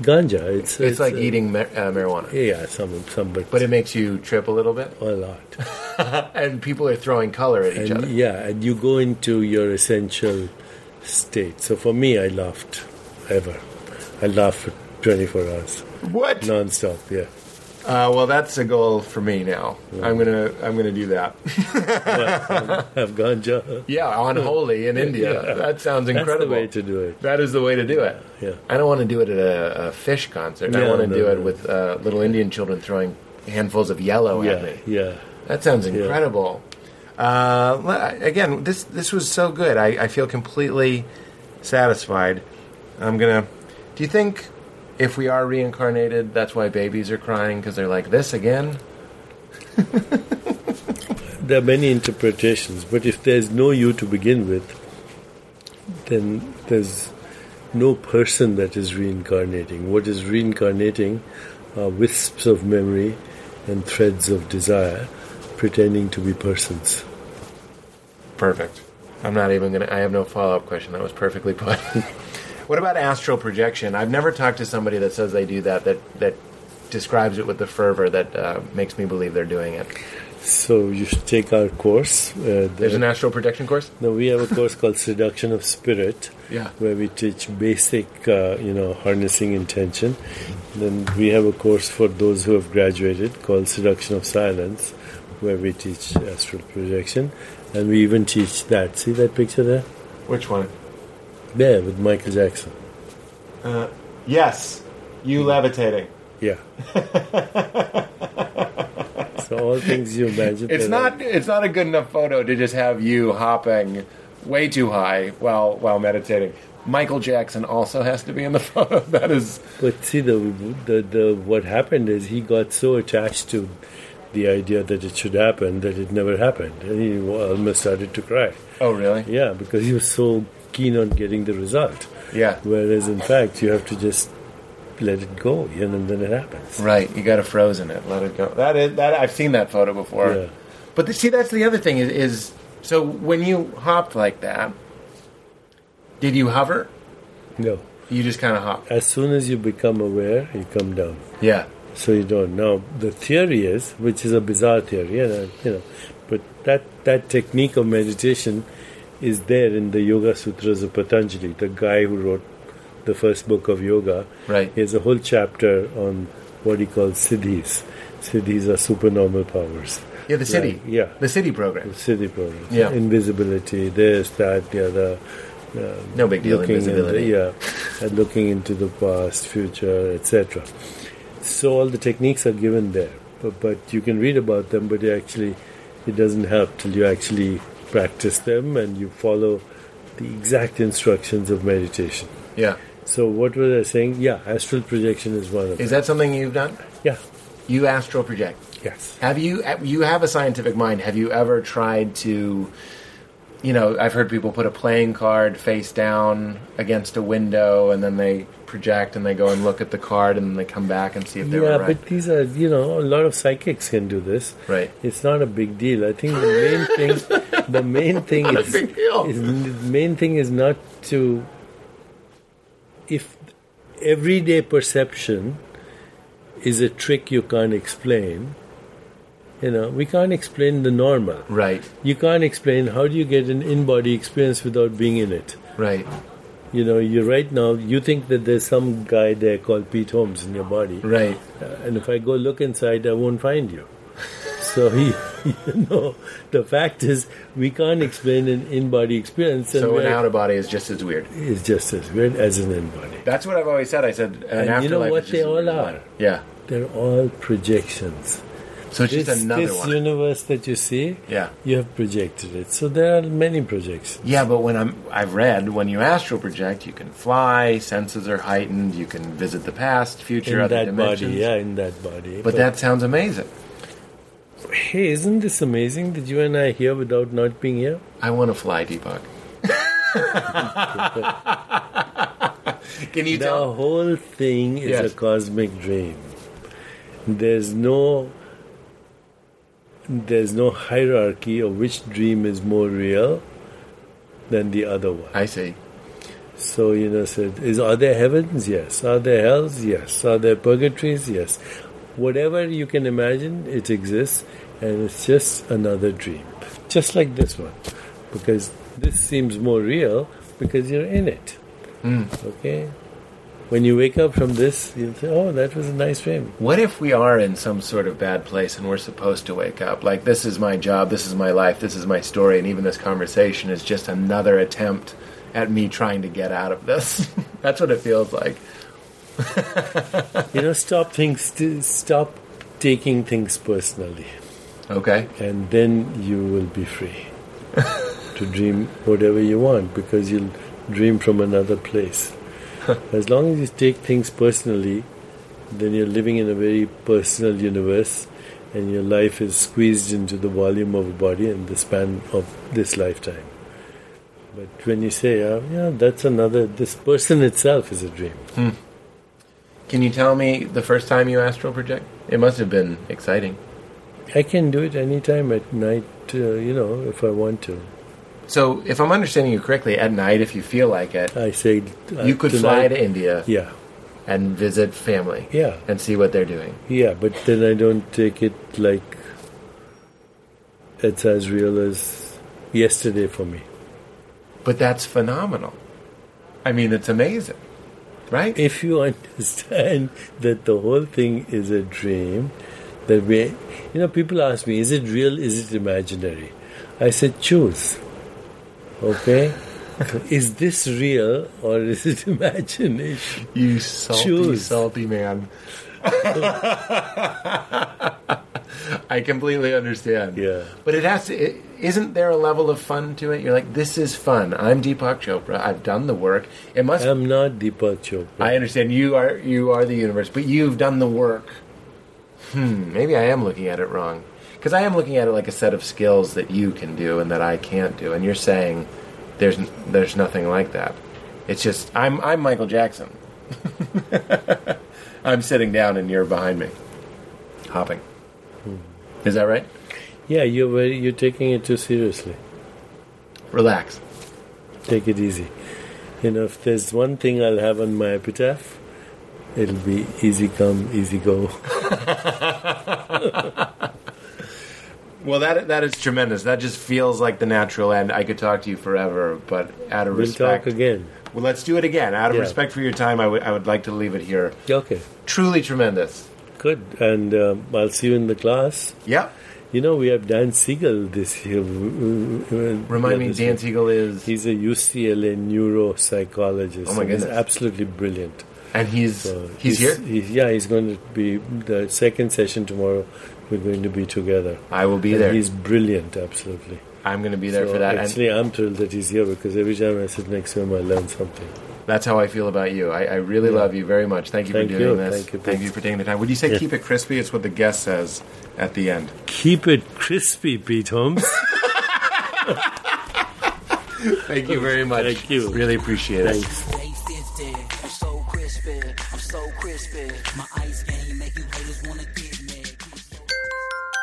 Speaker 4: ganja. It's
Speaker 3: it's, like
Speaker 4: a-
Speaker 3: eating ma- uh, marijuana,
Speaker 4: Yeah, some some but,
Speaker 3: but it makes you trip a little bit.
Speaker 4: a lot.
Speaker 3: and people are throwing color at each
Speaker 4: And
Speaker 3: other.
Speaker 4: yeah, and you go into your essential state. So for me, I laughed ever. I laughed for 24 hours
Speaker 3: What?
Speaker 4: non-stop. Yeah.
Speaker 3: Uh, well, that's a goal for me now. I'm gonna I'm gonna do that.
Speaker 4: have ganja.
Speaker 3: yeah, on holy in India.
Speaker 4: Yeah.
Speaker 3: That sounds
Speaker 4: That's
Speaker 3: incredible.
Speaker 4: the way to do it.
Speaker 3: That is the way to do it.
Speaker 4: Yeah.
Speaker 3: I don't want to do it at a, a fish concert. I
Speaker 4: Yeah,
Speaker 3: want to
Speaker 4: no,
Speaker 3: do it
Speaker 4: no.
Speaker 3: with uh, little Indian children throwing handfuls of yellow at
Speaker 4: Yeah,
Speaker 3: me.
Speaker 4: yeah.
Speaker 3: That sounds incredible. Uh, le- again, this this was so good. I, I feel completely satisfied. I'm gonna. Do you think if we are reincarnated, that's why babies are crying because they're like this again?
Speaker 4: There are many interpretations, but if there's no you to begin with, then there's no person that is reincarnating. What is reincarnating are wisps of memory and threads of desire pretending to be persons.
Speaker 3: Perfect. I'm not even gonna. I have no follow up question. That was perfectly put. what about astral projection? I've never talked to somebody that says they do that. That that describes it with the fervor that uh, makes me believe they're doing it.
Speaker 4: So you should take our course. Uh,
Speaker 3: There's
Speaker 4: the-
Speaker 3: an astral projection course.
Speaker 4: No, we have a course called Seduction of Spirit,
Speaker 3: Yeah.
Speaker 4: where we teach basic, uh, you know, harnessing intention. Then we have a course for those who have graduated called Seduction of Silence, where we teach astral projection, and we even teach that. See that picture there?
Speaker 3: Which one?
Speaker 4: There with Michael Jackson.
Speaker 3: Yes, you levitating.
Speaker 4: Yeah. so all things you imagine.
Speaker 3: It's
Speaker 4: that
Speaker 3: not.
Speaker 4: are-
Speaker 3: It's not a good enough photo to just have you hopping way too high while while meditating. Michael Jackson also has to be in the photo. That is
Speaker 4: But see, the, the the what happened is he got so attached to the idea that it should happen that it never happened, and he almost started to cry.
Speaker 3: Oh, really?
Speaker 4: Yeah, because he was so keen on getting the result.
Speaker 3: Yeah.
Speaker 4: Whereas in fact, you have to just let it go, you know, and then it happens.
Speaker 3: Right. You got to frozen it. Let it go. That is that. I've seen that photo before.
Speaker 4: Yeah.
Speaker 3: But the, see, that's the other thing is, is so when you hopped like that, did you hover?
Speaker 4: No.
Speaker 3: You just kind of hopped.
Speaker 4: As soon as you become aware, you come down.
Speaker 3: Yeah.
Speaker 4: So you don't know. The theory is, which is a bizarre theory, and I, you know, but that that technique of meditation is there in the Yoga Sutras of Patanjali. The guy who wrote the first book of yoga,
Speaker 3: Right.
Speaker 4: he has a whole chapter on what he calls siddhis. Siddhis are supernormal powers.
Speaker 3: Yeah. The city.
Speaker 4: Like, yeah.
Speaker 3: The city program.
Speaker 4: Siddhi powers.
Speaker 3: Yeah.
Speaker 4: Invisibility, this, that, the other. um,
Speaker 3: No big deal.
Speaker 4: Looking
Speaker 3: Invisibility.
Speaker 4: Into, yeah, and looking into the past, future, etc. So all the techniques are given there, but, but you can read about them, but it actually it doesn't help till you actually practice them and you follow the exact instructions of meditation.
Speaker 3: yeah.
Speaker 4: So what was I saying? Yeah, astral projection is one of them.
Speaker 3: Is that something you've done?
Speaker 4: Yeah.
Speaker 3: You astral project.
Speaker 4: Yes.
Speaker 3: Have you uh, you have a scientific mind? Have you ever tried to you know, I've heard people put a playing card face down against a window and then they project and they go and look at the card and then they come back and see if they
Speaker 4: yeah,
Speaker 3: were right.
Speaker 4: but these are you know a lot of psychics can do this.
Speaker 3: Right.
Speaker 4: It's not a big deal. I think the main thing, the main thing
Speaker 3: a
Speaker 4: is,
Speaker 3: big deal.
Speaker 4: is the main thing is not to. If everyday perception is a trick you can't explain, you know we can't explain the normal.
Speaker 3: Right.
Speaker 4: You can't explain how do you get an in-body experience without being in it.
Speaker 3: Right.
Speaker 4: You know, you right now you think that there's some guy there called Pete Holmes in your body,
Speaker 3: Right.
Speaker 4: uh, and if I go look inside, I won't find you. So he, you know, the fact is we can't explain an in-body experience, and
Speaker 3: So an
Speaker 4: we're-
Speaker 3: out of body is just as weird.
Speaker 4: it's just as weird as an in-body.
Speaker 3: That's what I've always said. I said an
Speaker 4: And you know
Speaker 3: afterlife
Speaker 4: what
Speaker 3: is
Speaker 4: they
Speaker 3: just as
Speaker 4: all
Speaker 3: weird.
Speaker 4: are?
Speaker 3: Yeah.
Speaker 4: They're all projections.
Speaker 3: So it's
Speaker 4: This,
Speaker 3: just another
Speaker 4: this
Speaker 3: one.
Speaker 4: universe that you see,
Speaker 3: Yeah.
Speaker 4: you have projected it. So there are many projections.
Speaker 3: Yeah, but when I'm, I've read when you astral project, you can fly, senses are heightened, you can visit the past, future,
Speaker 4: in
Speaker 3: other
Speaker 4: that
Speaker 3: dimensions.
Speaker 4: body, yeah, in that body.
Speaker 3: But that sounds amazing.
Speaker 4: hey, isn't this amazing that you and I are here without not being here?
Speaker 3: I want to fly, Deepak. can you
Speaker 4: The
Speaker 3: tell?
Speaker 4: whole thing is
Speaker 3: Yes.
Speaker 4: a cosmic dream. There's no there's no hierarchy of which dream is more real than the other one.
Speaker 3: I see.
Speaker 4: So you know, said is are there heavens? Yes. Are there hells? Yes. Are there purgatories? Yes. Whatever you can imagine, it exists, and it's just another dream, just like this one, because this seems more real because you're in it. Okay. When you wake up from this, you say, "Oh, that was a nice dream."
Speaker 3: What if we are in some sort of bad place and we're supposed to wake up? Like, this is my job, this is my life, this is my story, and even this conversation is just another attempt at me trying to get out of this. That's what it feels like.
Speaker 4: You know, stop things. St- stop taking things personally,
Speaker 3: Okay.
Speaker 4: and then you will be free to dream whatever you want because you'll dream from another place. as long as you take things personally, then you're living in a very personal universe, and your life is squeezed into the volume of a body and the span of this lifetime. But when you say, uh, yeah, that's another, this person itself is a dream.
Speaker 3: Hmm. Can you tell me the first time you astral project? It must have been exciting.
Speaker 4: I can do it anytime at night, uh, you know, if I want to.
Speaker 3: So, if I'm understanding you correctly, at night, if you feel like it,
Speaker 4: I say, uh,
Speaker 3: you could fly
Speaker 4: tonight-
Speaker 3: to India
Speaker 4: Yeah,
Speaker 3: and visit family
Speaker 4: yeah,
Speaker 3: and see what they're doing.
Speaker 4: yeah, but then I don't take it like it's as real as yesterday for me.
Speaker 3: But that's phenomenal. I mean, it's amazing, right?
Speaker 4: If you understand that the whole thing is a dream, that we, you know, people ask me, is it real, is it imaginary? I said, choose. Okay? is this real or is it imagination?
Speaker 3: You salty,
Speaker 4: Choose.
Speaker 3: salty man. I completely understand.
Speaker 4: Yeah.
Speaker 3: But it has to. It, isn't there a level of fun to it? You're like, this is fun. I'm Deepak Chopra. I've done the work. It must.
Speaker 4: I'm not Deepak Chopra.
Speaker 3: I understand you are you are the universe, but you've done the work. Hmm. Maybe I am looking at it wrong because I am looking at it like a set of skills that you can do and that I can't do, and you're saying there's n- there's nothing like that. It's just I'm I'm Michael Jackson. I'm sitting down and you're behind me, hopping. Is that right?
Speaker 4: yeah, you're, very, you're taking it too seriously.
Speaker 3: Relax.
Speaker 4: Take it easy. You know, if there's one thing I'll have on my epitaph, it'll be easy come, easy go.
Speaker 3: Well, that that is tremendous. That just feels like the natural end. I could talk to you forever, but out of
Speaker 4: We'll
Speaker 3: respect,
Speaker 4: talk again.
Speaker 3: Well, let's do it again. Out of
Speaker 4: Yeah.
Speaker 3: respect for your time, I would I would like to leave it here.
Speaker 4: Okay.
Speaker 3: Truly tremendous.
Speaker 4: Good, and um, I'll see you in the class.
Speaker 3: Yep.
Speaker 4: You know, we have Dan Siegel this year. Remind
Speaker 3: Remind me, Dan Siegel is,
Speaker 4: He's a UCLA neuropsychologist.
Speaker 3: Oh my
Speaker 4: and he's
Speaker 3: goodness.
Speaker 4: absolutely brilliant.
Speaker 3: and he's
Speaker 4: So
Speaker 3: he's, here.
Speaker 4: he's- yeah, he's going to be the second session tomorrow. We're going to be together.
Speaker 3: I will be
Speaker 4: And
Speaker 3: there.
Speaker 4: He's brilliant, absolutely.
Speaker 3: I'm going to be there
Speaker 4: So
Speaker 3: for that. And
Speaker 4: Actually, I'm thrilled that he's here because every time I sit next to him, I learn something.
Speaker 3: that's how I feel about you. I, I really love you very much. Thank you
Speaker 4: Thank
Speaker 3: for
Speaker 4: you.
Speaker 3: doing this.
Speaker 4: Thank you.
Speaker 3: for taking the time. Would you say keep it crispy? It's what the guest says at the end.
Speaker 4: Keep it crispy, Pete Holmes.
Speaker 3: Thank you very much.
Speaker 4: Thank you.
Speaker 3: Really appreciate it.
Speaker 4: Thanks.
Speaker 5: 850. I'm so crispy. I'm so crispy. My ice game make you haters wanna get mad. Keep it so